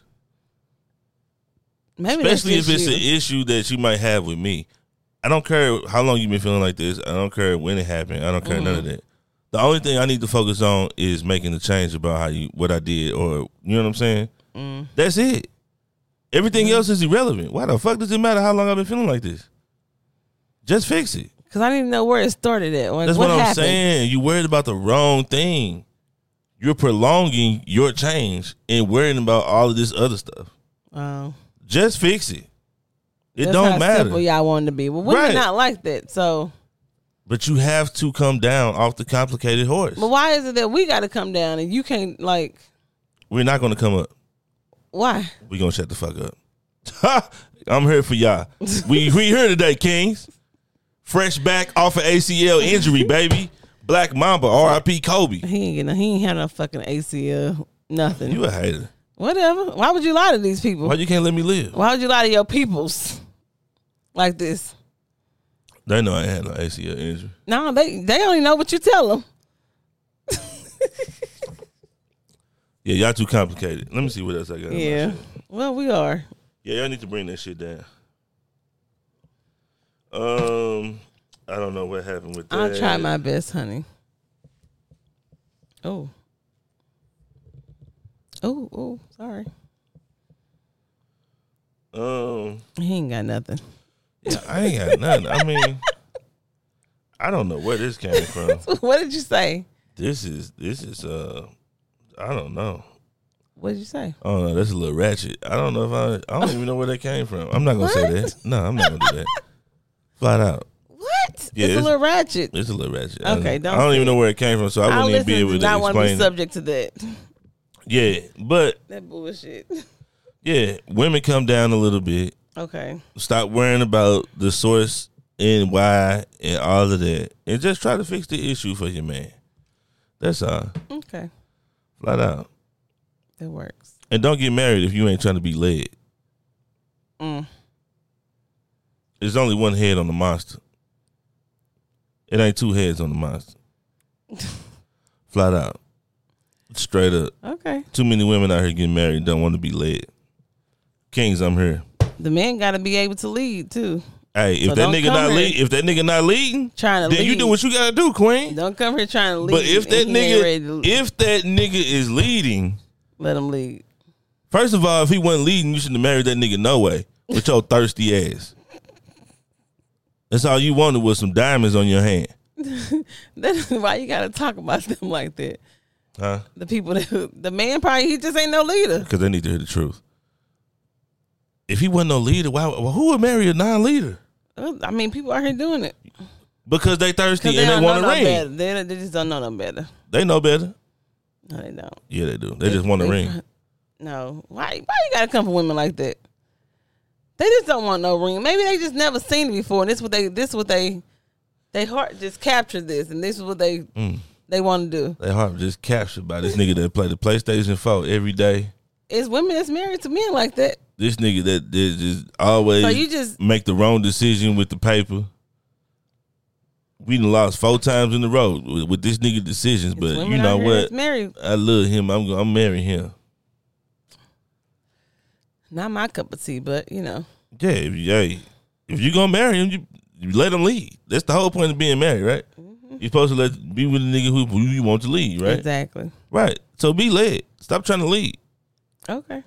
S2: Maybe that's
S1: Especially if
S2: just
S1: it's
S2: you.
S1: an issue that you might have with me. I don't care how long you've been feeling like this. I don't care when it happened. I don't care none of
S2: Mm-hmm.
S1: that. The only thing I need to focus on is making the change about how you what I did or you know what I'm saying.
S2: Mm.
S1: That's it. Everything
S2: Mm-hmm.
S1: else is irrelevant. Why the fuck does it matter how long I've been feeling like this? Just fix it.
S2: Because I didn't know where it started at. Like,
S1: That's
S2: what,
S1: what, I'm
S2: happened?
S1: saying. You worried about the wrong thing. You're prolonging your change and worrying about all of this other stuff.
S2: Oh.
S1: Just fix it. It
S2: That's
S1: don't
S2: how
S1: matter.
S2: Simple y'all wanted to be. Well, women
S1: Right.
S2: not like that. So,
S1: But you have to come down off the complicated horse.
S2: but why is it that we got to come down and you can't like?
S1: We're not going to come up.
S2: Why?
S1: We're going to shut the fuck up. [LAUGHS] I'm here for y'all. We we here today, Kings. Fresh back off of ACL injury, baby. Black Mamba, RIP Kobe.
S2: He ain't getting. He ain't had no fucking ACL. Nothing.
S1: You a hater.
S2: Whatever. Why would you lie to these people?
S1: Why you can't let me live?
S2: Why would you lie to your peoples like this?
S1: They know I ain't had no ACL injury.
S2: No, they they only know what you tell them.
S1: Yeah, y'all too complicated. Let me see what else I got. on my
S2: Yeah.
S1: shit.
S2: Well, we are.
S1: Yeah, y'all need to bring that shit down. Um, I don't know what happened with that.
S2: I'll try my best, honey. Oh. Oh, oh, sorry.
S1: Um,
S2: He ain't got nothing. [LAUGHS]
S1: yeah, I ain't got nothing. I mean, I don't know where this came from.
S2: what did you say?
S1: This is this is uh, I don't know.
S2: What did you say?
S1: I don't know. That's a little ratchet. I don't know if I. I don't even know where that came from. I'm not gonna say that. No, I'm not gonna do that. Flat out,
S2: What?
S1: Yeah,
S2: it's a
S1: it's-
S2: little ratchet.
S1: it's a little ratchet.
S2: Okay,
S1: I,
S2: don't
S1: I don't
S2: say
S1: even know where it came from, so I
S2: Our
S1: wouldn't even be able
S2: listeners do
S1: to
S2: not want to be
S1: explain. it.
S2: subject to that.
S1: Yeah, but
S2: That bullshit. [LAUGHS]
S1: yeah, women come down a little bit.
S2: Okay.
S1: stop worrying about the source and why and all of that, and just try to fix the issue for your man. That's all,
S2: Okay.
S1: flat out.
S2: That works.
S1: And don't get married if you ain't trying to be led.
S2: Mm. [LAUGHS]
S1: There's only one head on the monster. It ain't two heads on the monster. flat out, straight up.
S2: Okay.
S1: Too many women out here getting married and don't want to be led. Kings, I'm here.
S2: The man got to be able to lead too.
S1: Hey, if
S2: So
S1: that
S2: don't
S1: nigga
S2: come
S1: not
S2: here.
S1: lead, if that nigga not leading,
S2: Trying to
S1: then
S2: lead.
S1: you do what you gotta do, Queen.
S2: Don't come here trying to lead.
S1: But if
S2: and
S1: that
S2: he ain't ready
S1: nigga,
S2: to
S1: if that nigga is leading,
S2: let him lead.
S1: first of all, if he wasn't leading, you shouldn't have married that nigga no way with your thirsty ass. That's all you wanted was some diamonds on your hand,
S2: That's why you got to talk about [LAUGHS] them like that.
S1: huh?
S2: The people that the man probably he just ain't no leader.
S1: Because they need to hear the truth. If he wasn't no leader, why? Well, who would marry a non-leader?
S2: I mean, people out here doing it
S1: Because they thirsty
S2: because
S1: and they
S2: don't
S1: want
S2: know
S1: a
S2: no
S1: ring.
S2: better. They, don't- they just don't know no better.
S1: They know better.
S2: No, they don't.
S1: Yeah, they do. They, just want a
S2: They- [LAUGHS]
S1: ring.
S2: No, why? Why you gotta come for women like that? They just don't want no ring. Maybe they just never seen it before, and this what they this what they they heart just captured this, and this is what they
S1: Mm.
S2: they want to do.
S1: They heart just captured by this nigga that play the PlayStation Four every day.
S2: It's women that's married to men like that.
S1: this nigga that, that just always
S2: So you just-
S1: make the wrong decision with the paper. We done lost four times in a row with, with this nigga decisions,
S2: It's
S1: but
S2: women
S1: you
S2: out
S1: know
S2: here
S1: what?
S2: that's married
S1: I love him. I'm gonna I'm marrying him.
S2: not my cup of tea, but you know.
S1: Yeah, if you, hey, if you gonna marry him, you, you let him lead. That's the whole point of being married, right?
S2: Mm-hmm.
S1: You're supposed to let be with a nigga who, who you want to lead, right?
S2: Exactly.
S1: Right. So be led. Stop trying to lead
S2: Okay.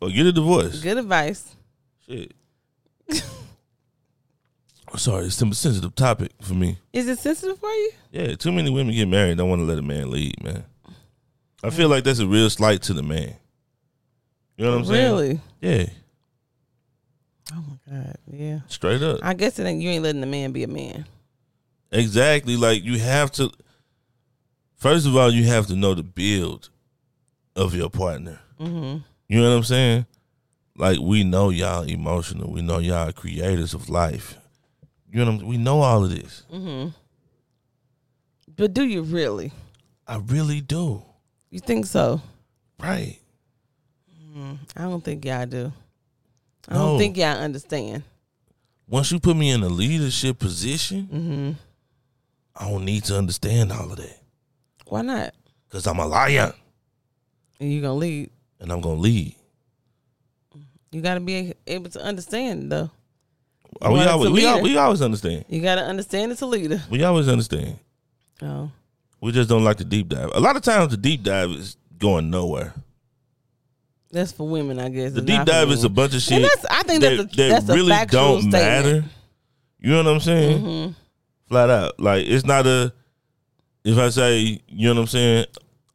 S1: or get a divorce.
S2: Good advice.
S1: Shit. [LAUGHS] I'm sorry, it's a sensitive topic for me.
S2: Is it sensitive for you?
S1: Yeah, too many women get married. Don't want to let a man lead, man. I feel like that's a real slight to the man. You know what I'm saying?
S2: really?
S1: Yeah,
S2: Oh my god. Yeah.
S1: straight up.
S2: I guess it ain't you ain't letting the man be a man.
S1: Exactly. Like you have to. First of all, you have to know the build of your partner.
S2: Mm-hmm.
S1: You know what I'm saying? Like we know y'all emotional. We know y'all creators of life. You know, what I'm, we know all of this.
S2: Mm-hmm. But do you really?
S1: I really do.
S2: You think so? Mm-hmm.
S1: Right.
S2: I don't think y'all do. I
S1: No.
S2: don't think y'all understand.
S1: Once you put me in a leadership position,
S2: Mm-hmm.
S1: I don't need to understand all of that
S2: Why not?
S1: because I'm a lion
S2: And you gonna lead.
S1: and I'm gonna lead.
S2: You gotta be able to understand though.
S1: Oh, we
S2: Well, it's
S1: always,
S2: a
S1: we, al-
S2: leader.
S1: we always understand.
S2: You gotta understand it's a leader.
S1: We always understand.
S2: Oh.
S1: We just don't like the deep dive. A lot of times, the deep dive is going nowhere.
S2: That's for women, I guess.
S1: The deep dive is a bunch of shit.
S2: And that's, I think that's a,
S1: that, that
S2: that's a
S1: really
S2: factual
S1: don't
S2: statement. Mm-hmm.
S1: matter. You know what I'm saying? Flat out, like it's not a. If I say, you know what I'm saying,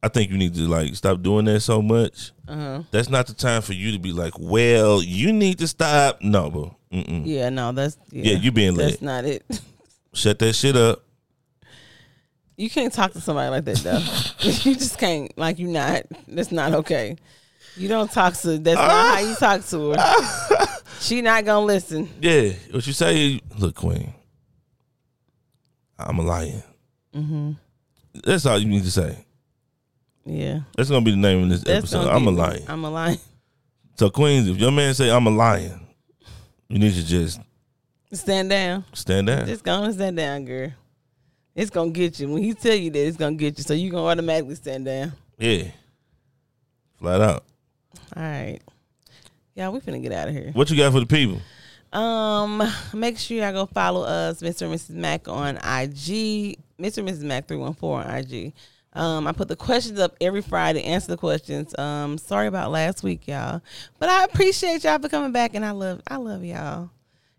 S1: I think you need to like stop doing that so much.
S2: Uh-huh.
S1: That's not the time for you to be like, well, you need to stop. No, bro. Mm-mm.
S2: Yeah, no, that's yeah.
S1: Yeah, you being
S2: that's
S1: late.
S2: not it. [LAUGHS]
S1: Shut that shit up.
S2: You can't talk to somebody like
S1: [LAUGHS]
S2: that though. [LAUGHS] you just can't. Like you not. That's not okay. You don't talk to. That's
S1: Ah.
S2: not how you talk to her.
S1: [LAUGHS]
S2: she not gonna listen.
S1: Yeah, what you say? Look, Queen, I'm a lion.
S2: Mm-hmm.
S1: That's all you need to say.
S2: Yeah,
S1: That's gonna be the name of this
S2: that's
S1: episode.
S2: gonna
S1: I'm a
S2: be-
S1: lion.
S2: I'm a lion.
S1: So, Queens, if your man say I'm a lion, you need to just
S2: [LAUGHS] Stand down.
S1: stand down.
S2: Just gonna stand down, girl. It's gonna get you when he tell you that it's gonna get you. So you gonna automatically stand down.
S1: Yeah, flat out.
S2: All right. Yeah, we finna get out of here.
S1: What you got for the people?
S2: Um, [LAUGHS] make sure y'all go follow us, Mr. and Mrs. Mack on IG, Mr. and Mrs. Mack three one four on IG. Um, I put the questions up every Friday, answer the questions. Um, sorry about last week, y'all, but I appreciate y'all for coming back, and I love, I love y'all,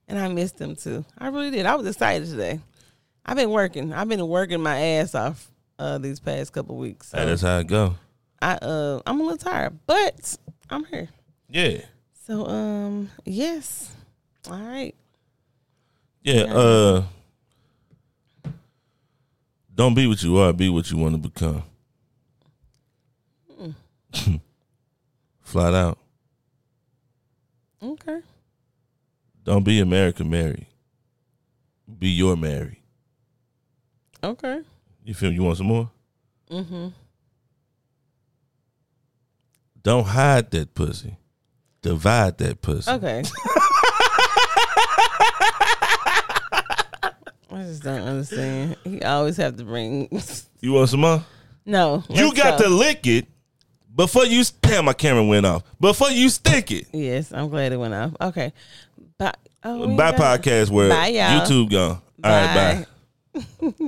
S2: and I missed them too. I really did. I was excited today. I've been working. I've been working my ass off uh, these past couple weeks. So
S1: Hey, that's how it go.
S2: I uh, I'm a little tired, but I'm here.
S1: Yeah,
S2: So um, yes, all right.
S1: yeah. Uh, don't be what you are. Be what you want to become.
S2: Hmm.
S1: [LAUGHS] flat out.
S2: Okay.
S1: Don't be America Mary. Be your Mary.
S2: Okay.
S1: You feel me? You want some more? Mm-hmm. Don't hide that pussy. Divide that pussy.
S2: Okay. I just don't understand. He always have to bring. [LAUGHS]
S1: You want some more?
S2: no.
S1: You got to lick it before you. Damn, my camera went off. Before you stick it.
S2: the. Yes, I'm glad it went off. Okay. Bye. Oh, we
S1: Bye,
S2: got-
S1: podcast world.
S2: Bye, y'all.
S1: YouTube gone. All right, bye.